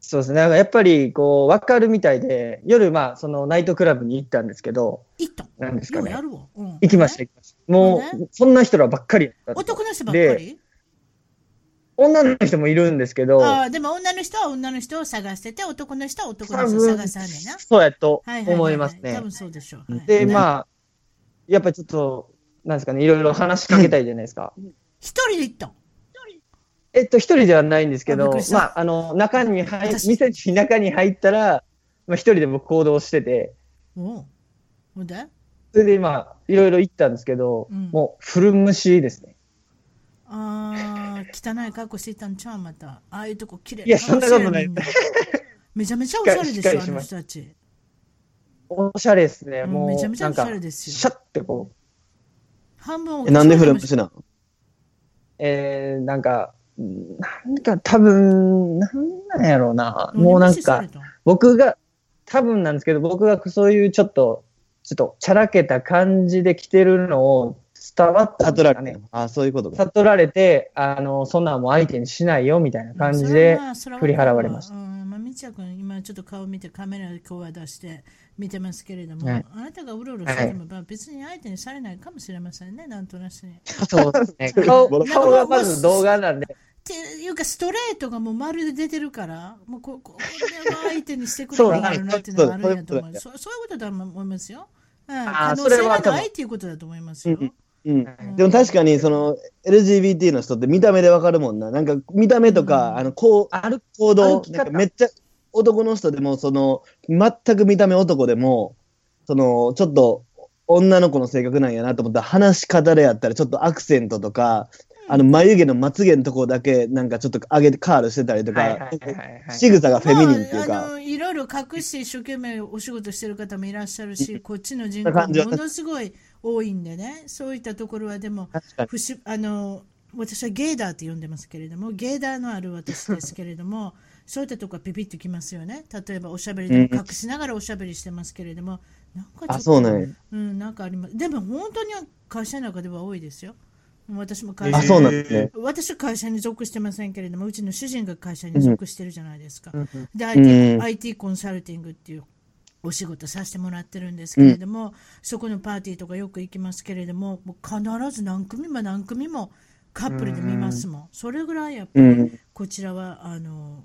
そうですね。なんかやっぱり、こう、わかるみたいで、夜、まあ、その、ナイトクラブに行ったんですけど、行ったんなんですかようねや。るわ。うん行きました、行きました。もそうう、そんな人らばっかりやったんですよ。男の人ばっかり女の人もいるんですけど、ああ、でも女の人は女の人を探してて、男の人は男の多人を分探さんねんな。そうやとはいはいは思います多ね。分そうでしょう。で、あ、まあ、やっぱちょっと、なんですかね、いろいろ話しかけたいじゃないですか。一人で行ったんえっと、一人ではないんですけあびっどくりし、たまあ、あの、中に入、私店に中に入ったら、まあ、一人で僕行動してて、おうほんであそれでまあ、いろいろ行ったんですけど、うんもう、古虫ですね。あー、汚い格好していたんちゃうまた。ああいうとこ綺麗いやそんなことない格好してるやんみんなめちゃめちゃおしゃれでししっかょ、りあしのま人たち。おしゃれですね。うんもう、めちゃめちゃなおんしゃかれ、ですシャよ。ッてこう、半分えなんでフルムな。シなのえー、なんか、うんなんか多分、なんなんやろうな。もうなんか、僕が、多分なんですけど、僕がそういうちょっと、ちょっと、ちゃらけた感じで来てるのを伝わったんで悟すらかれねて。あ、そういうことか。悟られて、あの、そんなんもう相手にしないよ、みたいな感じで、振り払われましたうんまあみちゃくん、今ちょっと顔見てカメラで声出して見てますけれども、はいあなたがうろうろしても、まあ別に相手にされないかもしれませんね、なんとなしに。っそうですね。 [laughs] 顔顔がまず動画なんで、ていうか、ストレートがもうまるで出てるから、もうこここれは相手にしてくれるんだろうなっていうのがあるんやと思う。そそうそういうことだと思いますよ。うんあ可ー能それ性はが多分ないっていうことだと思いますよう。んうん、でも確かにその LGBT の人って見た目でわかるもんな。なんか見た目とか、うんあのこう歩行動歩き方なんかめっちゃ男の人でもその全く見た目男でもそのちょっと女の子の性格なんやなと思ったら話し方でやったらちょっとアクセントとか、あの眉毛のまつげのとこだけなんかちょっと上げてカールしてたりとか、はいはいはいはいはい仕草がフェミニンっていうか、まあ、あのいろいろ隠して一生懸命お仕事してる方もいらっしゃるし、こっちの人口な感じもはものすごい多いんでね、そういったところはでも、確かに不思あの私はゲーダーって呼んでますけれども、ゲーダーのある私ですけれど [laughs] も、そういったとこはピピッときますよね。例えばおしゃべりでも隠しながらおしゃべりしてますけれども、なんかちょっとあそうなんやうん、なんかあります。でも本当に会社の中では多いですよ。私も会社あそうなんですね、私は会社に属してませんけれども、うちの主人が会社に属してるじゃないですか。で、う IT, ん IT コンサルティングっていうお仕事させてもらってるんですけれども、そこのパーティーとかよく行きますけれども、もう必ず何組も何組もカップルで見ますもん。それぐらいやっぱうりんこちらは、あの、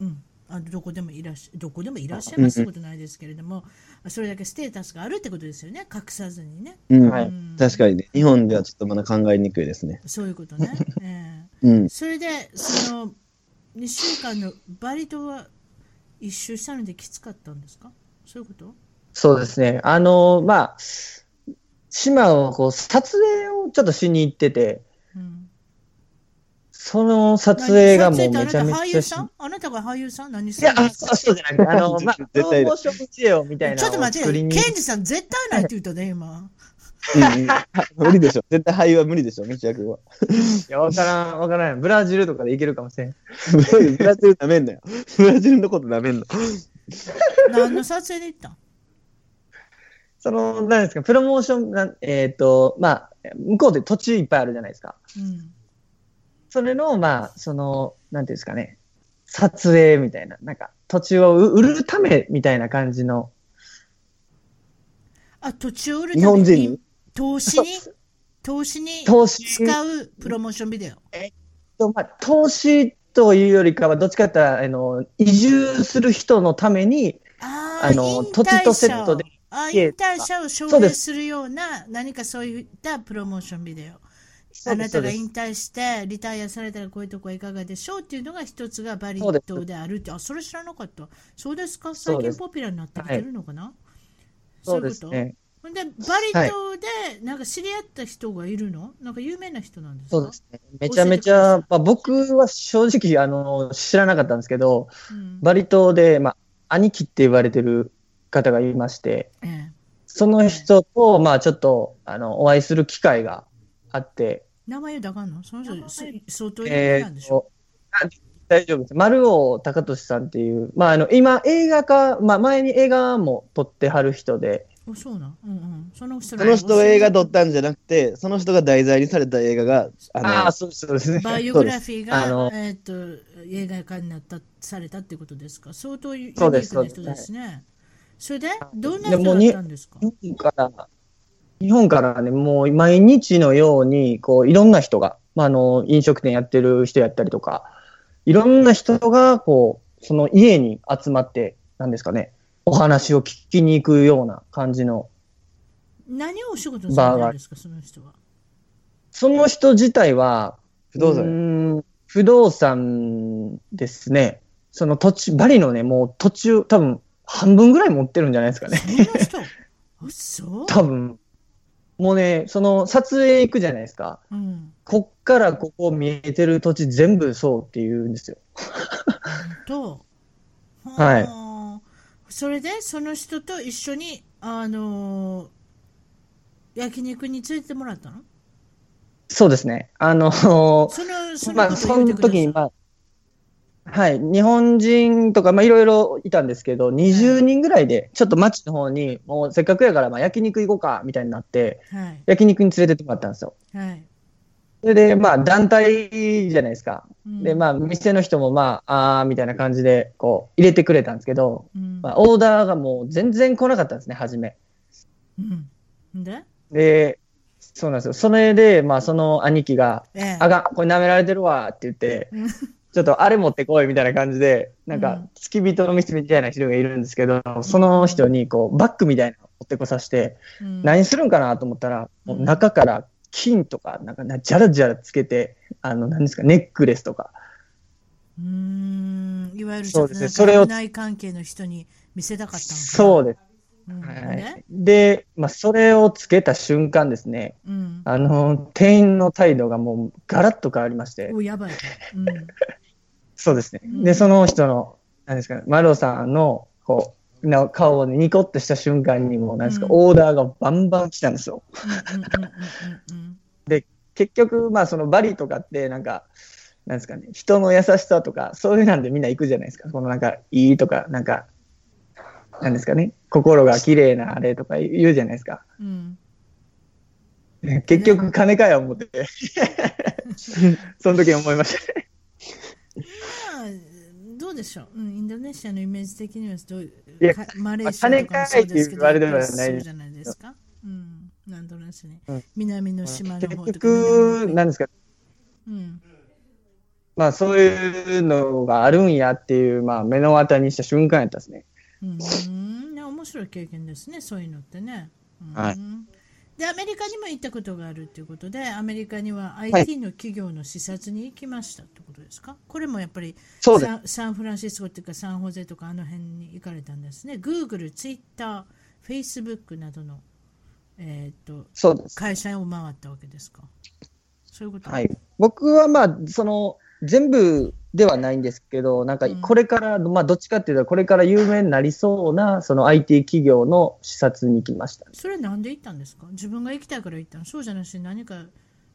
うん、あのどこでもいらっしゃ、どこでもいらっしゃいますってことないですけれども、それだけステータスがあるってことですよね、隠さずにね。うんはいうん確かにね日本ではちょっとまだ考えにくいですね。そういう [laughs] ことね。ええうんそれで、その、2週間のバリ島は一周したのできつかったんですかそういうことそうですね。あの、まあ、島をこう、撮影をちょっとしに行ってて、うん。その撮影がもう何めちゃめ撮影ってあなた俳ちゃ優しさんあなたが俳優さん何いさやん、あ、そうそうじゃなくて、あ [laughs] の、まあ、プロ絶対モーションビデオみたいなちょっとのを待っ作て、ケンりに、ジさん絶対ないって言ったね、今。うん [laughs] うん無理でしょ。絶対俳優は無理でしょ、道役は。いや、わからん、わからん。ブラジルとかで行けるかもしれん。ブラジルなめんなよ。 [laughs] ブラジルのことなめんな。何の撮影で行ったんその、何ですか、プロモーション、なんえっ、と、まあ、向こうで土地いっぱいあるじゃないですか。うん。それの、まあ、その、なんていうんですかね、撮影みたいな、なんか、土地を売るためみたいな感じの、あ、土地を売る日本人に投資に投資に投資使うプロモーションビデオ。と、まあ、投資というよりかは、どっちかって言ったら、あの、移住する人のために、ああの引退土地とセットで者をあい引え退者を招そう聘ですするような何かそういったプロモーションビデオ。そあうでなすそたうがです引退してリタイアされたらこういうとこはいかがでしょうっていうのが一つがバリそうです島であるってあそれ知らなかったそうですかそ最うで近すポピュラーになってきてるのかなそういでこすとね。ほんでバリ島でなんか知り合った人がいるのなんか有名な人なんですかそうですね。めちゃめち教えてくださゃ、いまあ、僕は正直、あの、知らなかったんですけど、うんバリ島で、まあ、兄貴って言われてる方がいまして、ええその人と、まあ、ちょっと、あの、お会いする機会があって、名前をだかんのその人す相当有名えなんでーしょ、と、あ大丈夫です。丸尾隆俊さんっていう、まあ、あの、今、映画化、まあ、前に映画も撮ってはる人で、おそうなんうんうんその人その人が映画撮っんたんじゃなくて、その人が題材にされた映画が、あのああー、そうですそうですね。バイオグラフィーあがの、えっと映画化になったされたってことですか相当有名そうなです人ですね。それでどんなで人もだったんですか日本から、日本からね、もう毎日のように、こう、いろんな人が、まあ、あの、飲食店やってる人やったりとか、いろんな人が、こう、その家に集まって、なんですかね、お話を聞きに行くような感じの、何をお仕事されたんですかその人は。その人自体は、不動う産。ーん不動産ですね。その土地、バリのね、もう途中、多分、半分ぐらい持ってるんじゃないですかね。そんな人 [laughs] 嘘多分。もうね、その撮影行くじゃないですか。うん。こっからここ見えてる土地全部そうって言うんですよ。と。はいはあ。それでその人と一緒にあのー焼肉に連れてってもらったのそうですね。あの、そのそのまあ、ことそを言のってくださ時いに、まあ、はい、日本人とか、まあ、いろいろいたんですけど、20人ぐらいで、ちょっと町の方に、もうせっかくやから、まあ、焼肉行こうか、みたいになって、はい焼肉に連れてってもらったんですよ。はいそれで、まあ、団体じゃないですか。で、まあ、あ、店の人も、まあ、あーみたいな感じで、こう、入れてくれたんですけど、うんまあ、オーダーがもう全然来なかったんですね、初め。うんで、で、そうなんですよ。それで、まあ、その兄貴が、ええあがん、これ舐められてるわって言ってうん、ちょっとあれ持ってこいみたいな感じで、なんうかん、付き人の店みたいな人がいるんですけど、その人に、こう、バッグみたいなの持ってこさせて、うん何するんかなと思ったら、もううん中から金とか、なんか、なじゃらじゃらつけて、あの、何ですか、ネックレスとか。うーんいわゆるちょそっうとですなねんそれかを信頼関係の人に見せたかったのかな。そうです。うんはねい。で、まあ、それをつけた瞬間ですね、うん。あの、店員の態度がもう、ガラッと変わりまして、おやばい。うん。そうですね。うんで、その人の、何ですかね、マロさんの、こう、な顔をね、ニコッとした瞬間にも、何ですか、うんオーダーがバンバン来たんですよ。うんうんうんうん結局、まあ、そのバリとかって、なんか、なんですかね、人の優しさとか、そういうなんでみんな行くじゃないですか。このなんか、いいとか、なんか、なんですかね、心が綺麗なあれとか言うじゃないですか。うんうん。ね結局、金かよ、思 [laughs] ってて。その時思いました。まあどうでしょう、うん、インドネシアのイメージ的にはどういやかマレーシアとかもそうですけど、まあ金返りって言われるのはないそうじゃないですか。うん、なんとなくね、うん南の島の結方とか。南局、のなんですか、うん、まあそういうのがあるんやっていう、まあ目の当たりにした瞬間やったですね。うんうん、ね面白い経験ですね、そういうのってね。うんはいで、アメリカにも行ったことがあるということで、アメリカには IT の企業の視察に行きましたってことですか、これもやっぱりそうです。サンサンフランシスコっていうかサンホゼとかあの辺に行かれたんですね。Google、Twitter、Facebook などの、えーっとそうです。会社を回ったわけですか。そういうこと、はい。僕はまあ、その、全部ではないんですけど、なんかうんこれから、まあどっちかっていうと、これから有名になりそうな、その IT 企業の視察に行きました。それなんで行ったんですか自分が行きたいから行ったのそうじゃなし何か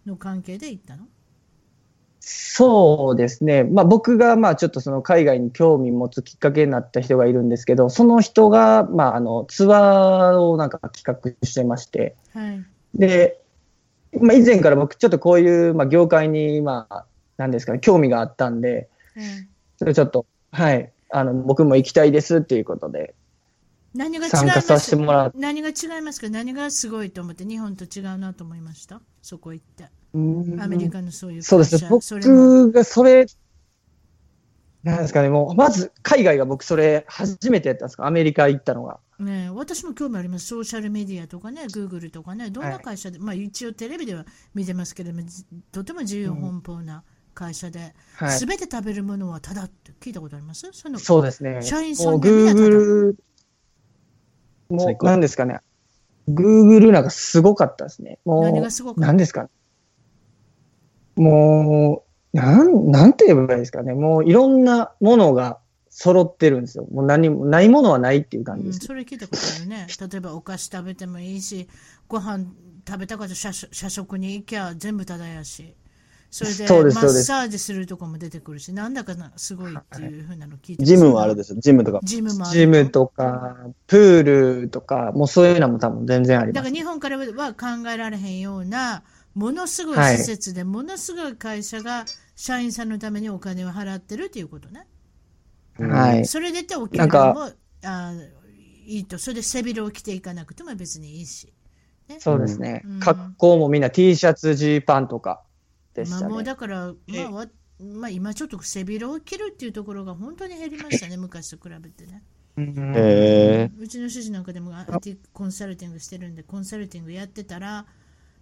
の関係で行ったのそうですね。まあ僕がまあちょっとその海外に興味持つきっかけになった人がいるんですけど、その人が、まああの、ツアーをなんか企画してまして、はい。で、まあ、以前から僕ちょっとこういう、まあ、業界に、まあ、なんですかね、興味があったんで、えーそれちょっと、はい、あの、僕も行きたいですっていうことで、何が違い参ま加させすてもらう。何が違いますか何がすごいと思って日本と違うなと思いましたそこ行って。アメリカのそういう会社そうですね。それも僕がそれ、なんですかね、もう、まず海外が僕それ初めてやったんですか、アメリカ行ったのが。ねえ、私も興味あります。ソーシャルメディアとかね、グーグルとかね、どんな会社で、まあ一応テレビでは見てますけれども、じとても自由奔放な会社で、はい。すべ、て食べるものはただって聞いたことありますそのそうですね。社員さもんうでみんなただ Google、も最う、高なんですかね、Google なんかすごかったですね。もう何がすごかった何ですかねもう、なん、なんて言えばいいですかね。もういろんなものが揃ってるんですよ。もう何も、ないものはないっていう感じうでん、す。それ聞いたことある [laughs] ね。例えばお菓子食べてもいいし、ご飯食べたから社食社食に行きゃ全部ただやし、それでそうですマそッうですサージするとこも出てくるし、なんだかなすごいっていうふうなの聞いてますジムはあれですよ、ジムとか。ジムもあるジムとか、プールとか、もうそういうのも多分全然ありだまかすら。日本からは考えられへんような、ものすごい施設で、ものすごい会社が社員さんのためにお金を払ってるということね。はい。それでてお給な料んかもあいいと、それで背広を着ていかなくても別にいいし。そうですねうん。格好もみんな T シャツ、ジーパンとかでしまあたもうね。だから、まあわまあ、今ちょっと背広を着るっていうところが本当に減りましたね、昔と比べてね。うんへえ。うちの主人なんかでも IT コンサルティングしてるんで、コンサルティングやってたら、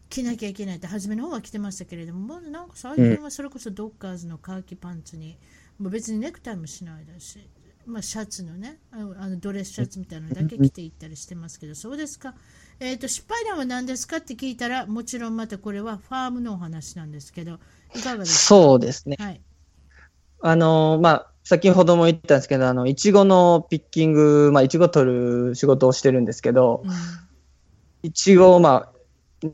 着なきゃいけないって、初めの方は着てましたけれども、もうなんか最近はそれこそドッカーズのカーキパンツに、もう別にネクタイもしないだし、まあ、シャツのね、あのあのドレスシャツみたいなのだけ着ていったりしてますけど、そうですか。えー、と失敗談は何ですかって聞いたら、もちろんまたこれはファームのお話なんですけど、いかがですそうですね。かはい。あのまあ、先ほども言ったんですけど、あの、いちごのピッキング、まあ、いちご取る仕事をしてるんですけど、 [laughs] ういちごを、まあ、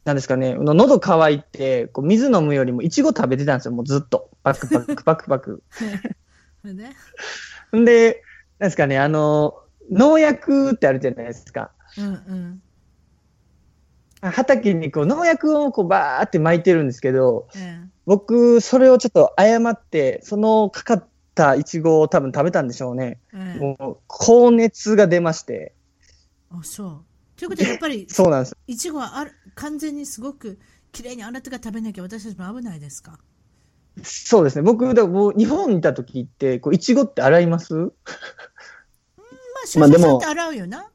なんですかね、の喉乾いて、こう水飲むよりもいちご食べてたんですよ、もうずっと。パクパクパクパク。ん。ね。んで、なんですかね、あの、農薬ってあるじゃないですか。うんうん。畑にこう農薬をこうバーって巻いてるんですけど、うん僕、それをちょっと誤って、そのかかったイチゴを多分食べたんでしょうね。うんもう、高熱が出まして。あそう。ということで、やっぱり、そうなんです。いちごはある完全にすごく綺麗にあなたが食べなきゃ私たちも危ないですかそうですね。僕、だからもう日本にいた時って、こう、イチゴって洗いますまあ、シャッシャッシャって洗うよな。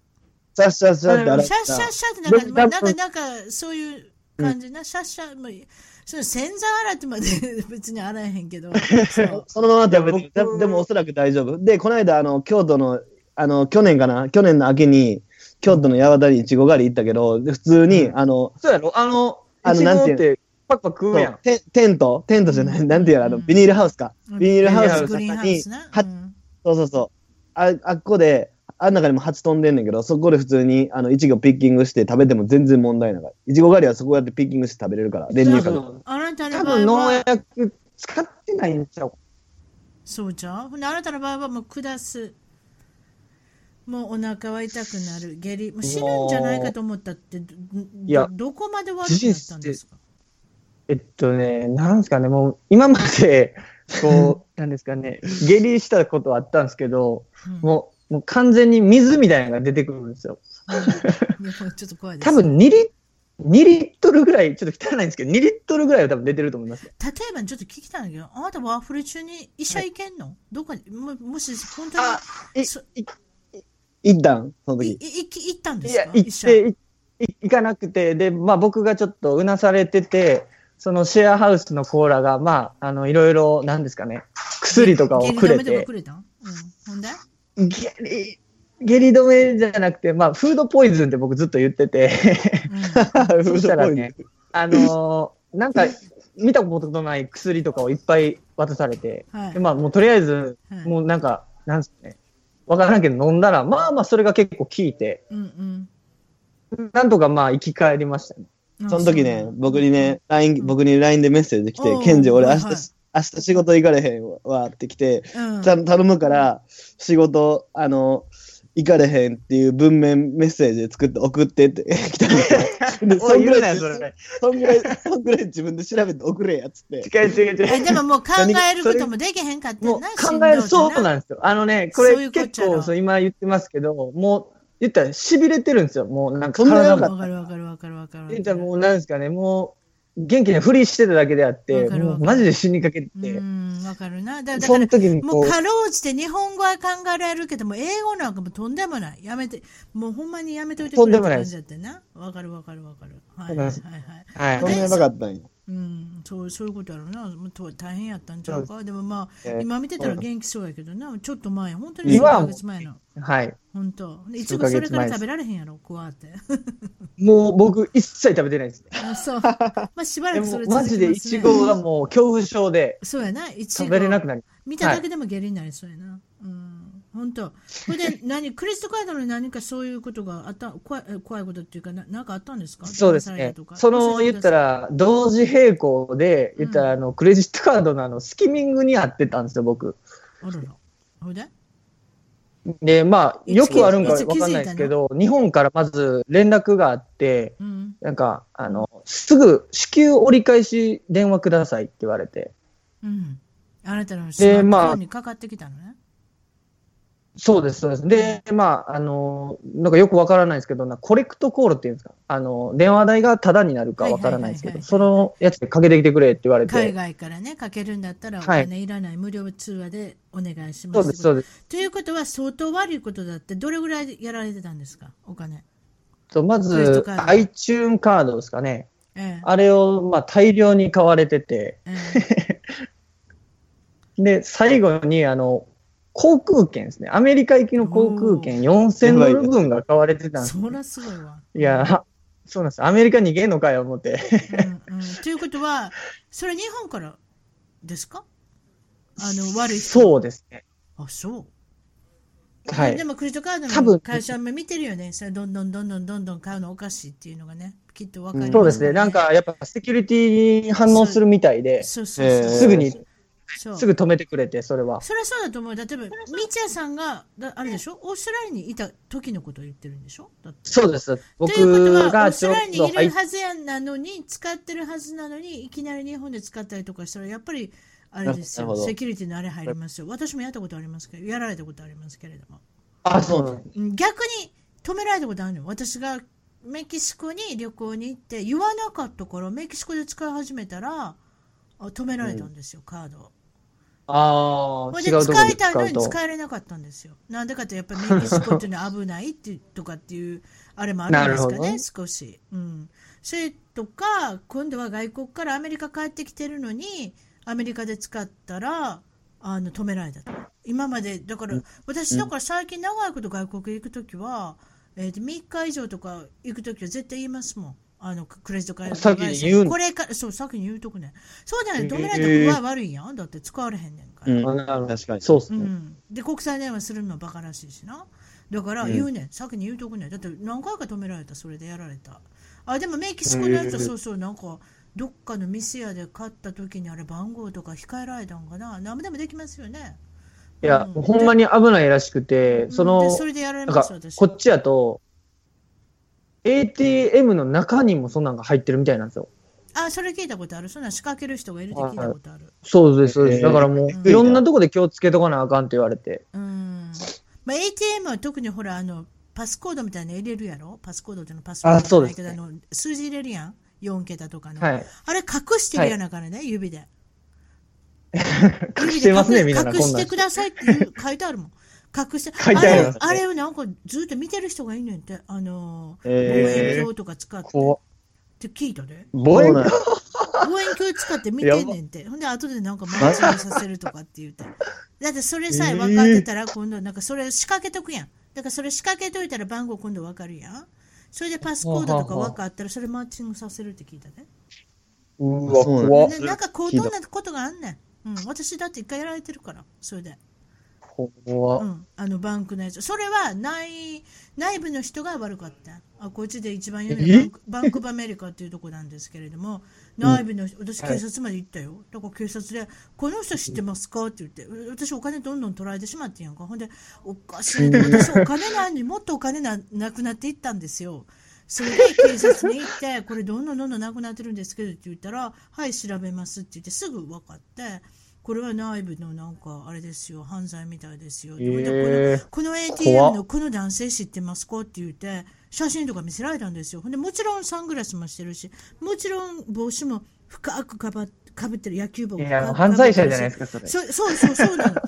シャッシャッシャッって洗っシャッシたャッシャってなんか、でまあなんか、多分なんか、そういう感じな、シャッシャッ、もうその洗剤洗ってまで別に洗えへん [laughs] けど、そうそのままでもいや別にででもおそらく大丈夫。で、この間、あの、京都の、あの、去年かな去年の秋に、京都の八幡にイチゴ狩り行ったけど、で普通に、うんあの、そうやろあの、あイのチなんゴていっうのてパクパク食うやん。テンテントテントじゃない、うんなんていうのあの、うんビニールハウスか。ビニールハウスのグリーン中ハウにス、な。はうんそうそうそう。あ、あっこで、あん中にも蜂飛んでんねんけど、そこで普通に、あの、イチゴピッキングして食べても全然問題なかった。イチゴ狩りはそこやってピッキングして食べれるから、練乳かけてあなたの多場合分農は、薬使ってないんちゃうそうじゃん。ほんであなたの場合はもう下す。もうお腹は痛くなる。下痢。もう死ぬんじゃないかと思ったって、どいやどどこまで悪くなったんですかえっとね、なんですかね、もう今ま [laughs] で、こう、なんですかね、下痢したことはあったんですけど、うんもう、もう完全に水みたいなのが出てくるんですよ。いやもうちょっと怖いです。多分2リ2リットルぐらい、ちょっと汚いんですけど、2リットルぐらいは多分出てると思います。例えばちょっと聞きたいんだけど、あなたワーフル中に医者行けんの、どこにももし本当にいそ一旦、そのいい時。い行ったんでいすかや、行って、いい行かなくて、で、まあ僕がちょっとうなされてて、そのシェアハウスのコーラが、まあ、あの、いろいろ、なんですかね、薬とかをくれゲリラメとてか、くれたん、うん、ほんで下痢、下痢止めじゃなくて、まあ、フードポイズンって僕ずっと言ってて、 [laughs] そしたらね、あのーなんか、見たことのない薬とかをいっぱい渡されて、うん、はいで。まあ、もうとりあえず、はい [laughs] もうなんか、なんすかね、わからんけど飲んだら、まあまあ、それが結構効いて、うんうんなんとかまあ、生き返りましたね。あその時うねな、んだ僕にね、LINE、僕に LINE でメッセージ来ておう、ケンジ、俺明日、はいはい明日仕事行かれへんわって来て、うん、ちゃん頼むから、仕事、あの、行かれへんっていう文面メッセージ作って送ってって [laughs] 来たんですよ。[laughs] でおい、言うなよ、自そ分でれ。そんぐらい、そんぐらい自分で調べて送れやっつって。違う違う違えう。でももう [laughs] 考えることもできへんかったもうな。考える、そうしんどいななんですよ。あのね、こそういうれこっち結ゃな構、そう今言ってますけど、もう、言ったら痺れてるんですよ。もうなんかそんな体よかもわっ。かるわかるわかるわかるわかる。言ったらもうなんですかね、もう、元気なふりしてただけであっわて、かるわもかるうマジで死にかけて、うん、わかるな。だだかそらの時にもこうう、かろうじて日本語は考えられるけども、英語なんかもうとんでもない。やめて、もうほんまにやめておいてくれって感じだったな。わかるわかるわかる。はいはいはい、はい。はいそんなやばかったんや。うん、そうそういうことやろうな。もうと大変やったんちゃうそか。でもまあ、えー今見てたらそう元気そうやけどな。ちょっと前、本当に数今はヶもう月前の。はい。本当。でいち数ごヶ月前それから食べられへんやろ、怖って。もう僕一切食べてないですね。あ [laughs] そう。まあしばでらくそもれ続きまマす、ね、ジでイチゴがもう恐怖症でそうやな、いちご。食べれなくなり見ただけでも下痢になりそうやな。うん。本当。これで何、クレジットカードの何かそういうことがあった、怖いえ怖いことっていうか、ななんかあったんですかそうです騙されねたと。かその言った、ら同時並行で言ったらあのクレジットカードのあのスキミングにあってたんですよ僕。あらら。ほいででまあいつよくあるんかいつ気づわいたのかんないですけど日本からまず連絡があってうん。なんかあのすぐ支給折り返し電話くださいって言われてうん。あなたのスマートフまォあンにかかってきたのね。そうです、そうです。で、まあ、あの、なんかよくわからないですけど、なコレクトコールっていうんですか、あの、電話代がタダになるかわからないですけはいはど、いはそいはいのやつでかけてきてくれって言われ海て、外からね、かけるんだったらおはい金いらない、無料通話でお願いしまそうす。です、そうでです。す。ということは相当悪いことだって、どれぐらいやられてたんですかお金。とまクレジットず、カード iTune カードですかね。ええ。あれを、まあ、大量に買われてて、えで、最後に、あの、航空券ですね。アメリカ行きの航空券4000ドル分が買われてえ。たんですそ。らすごいわ。いや、そうなんです。アメリカ逃げんのかよ、思って。うんうんということは、それ日本からですかあの、悪い人。そうですね。あ、そう。はでい。も、クレジットカード多の分会社も見てるよね。それどんどんどんどんどんどん買うのおかしいっていうのがね、きっとわかりますそうですね。なん、か、やっぱセキュリティに反応するみたいで、そうそうそう。えーすぐにそう。すぐ止めてくれて、それは。それはそうだと思う。例えば、みちやさんが、だあれでしょオーストラリアにいた時のことを言ってるんでしょだってそうです。僕ということは、オーがスちトょうラリアにどい入るっはずやなのに、使ってるはずなのに、いきなり日本で使ったりとかしたら、やっぱり、あれですなよ、るほどセキュリティのあれ入りますよ。私もやったことありますけど、やられたことありますけれども。あ、そうなんですうん逆に止められたことあるのよ私がメキシコに旅行に行って言わなかったからメキシコで使い始めたらあ止められたんですよ、カードをあほあ、ん違でうところ使でえた使のうにと。使えれなかったんですよなんでかってやっぱりメキシコっていうのは危ないっていうとかっていうあれもあるんですかなるほどねね少しうんそれとか今度は外国からアメリカ帰ってきてるのにアメリカで使ったらあの止められたと今までだから、私だから最近長いこと外国行く時は、えーと3日以上とか行く時は絶対言いますもんあのククレジットカード先に言うのこれからそう先に言うとくねそうじゃないと止められたら具合悪いやんだって使われへんねんから、うんあなるほど確かに。そうう。っすね。で国際電話するのはバカらしいしなだから言うねん、先に言うとくねんだって何回か止められたそれでやられたあでもメキシコのやつはそうそうなんかどっかの店屋で買った時にあれ番号とか控えられたんかな何でもできますよねいや、うんほんまに危ないらしくて、そでの、それでやられなんますか私、こっちやと、ATM の中にもそんなんが入ってるみたいなんですよ。あそれ聞いたことあるそんなん仕掛ける人がいるって聞いたことあるそうです、そうです。えーだからもう、うんいろんなとこで気をつけとかなあかんって言われて。うん、まあ、ATM は特にほらあのパスコードみたいなの入れるやろパスコードっていうのパスコードあそうですじねゃないけどあの数字入れるやん4桁とかの、はい。あれ隠してるやなからね、指で。隠してますね、指みでんな隠が隠こんしなてんく。ださいっていう書いてあるもん。隠して、 [laughs] 書いてありますねあれあれをなんかずっと見てる人がいんねんって、あのー、望え遠ー鏡とか使って、怖っって聞いたで。そうなんです望遠鏡使って見てんねんって。ほんで、後でなんか間違いさせるとかって [laughs] 言うて。だってそれさえ分かってたら、今度なんかそれ仕掛けとくやん。だからそれ仕掛けといたら番号今度分かるやん。それでパスコードとか分かったら、それマッチングさせるって聞いたで。うわ、そうなん怖っねなんか高等なことがあんねん。うん、私だって一回やられてるから、それで。怖うっん、あのバンクのやつ。それは内内部の人が悪かった。あこっちで一番有名なバンクバンク・オブ・アメリカっていうとこなんですけれども、内部の人、私警察まで行ったよ。だから警察で、この人知ってますかって言って、う私お金どんどん取られてしまってんやんか。ほんで、おかしいな。私お金ないのにもっとお金ななくなっていったんですよ。それで警察に行って、これどんどんどんどんなくなってるんですけどって言ったら、はい、調べますって言って、すぐ分かって、これは内部のなんか、あれですよ、犯罪みたいですよ。でえーこのこの ATM 怖のこの男性知ってますかって言って、写真とか見せられたんですよ。ほんで、もちろんサングラスもしてるし、もちろん帽子も深くかばかぶってる野球帽いも深くや、かぶ犯ってる罪し者じゃないですか、それ。そそうそうそうなの。で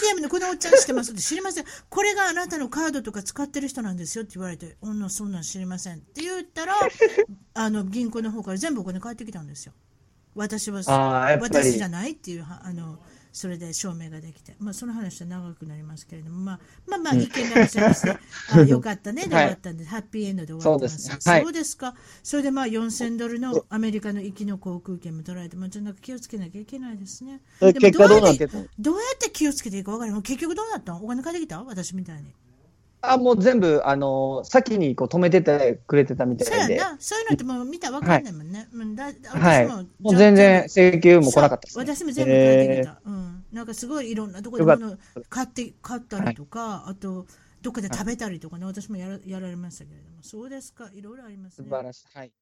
ATM のこのおっちゃん知ってますって知りません。これがあなたのカードとか使ってる人なんですよって言われて、女そんなん知りませんって言ったら、あの銀行の方から全部お金返ってきたんですよ。私はあーやっぱり私じゃないっていうはあのそれで証明ができて、まあその話は長くなりますけれども、まあまあまあ意見がございま [laughs] して、あよかったねで終わったんで、ハッピーエンドで終わってます。そうですねはいそうですか。それでまあ4000ドルのアメリカの行きの航空券も取られて、まあちょっとなんか気をつけなきゃいけないですね。ね。でも結果どうなってどうやたのどうやって気をつけていいか分からない。結局どうなったのお金返ってきた私みたいに。あ、もう全部、あの、先にこう止めててくれてたみそたういやで。な。そういうのってもう見たら分かんないもんね。うん、だはい。私もう全然じゃ請求あも来なかったですそうね。私も全部返ってきた、うん。なんかすごいいろんなところでよか物買って、買ったりとか、あと、どっかで食べたりとかね、私もやらやられましたけれども。そうですか。いろいろあります素ね。晴らしい。はい。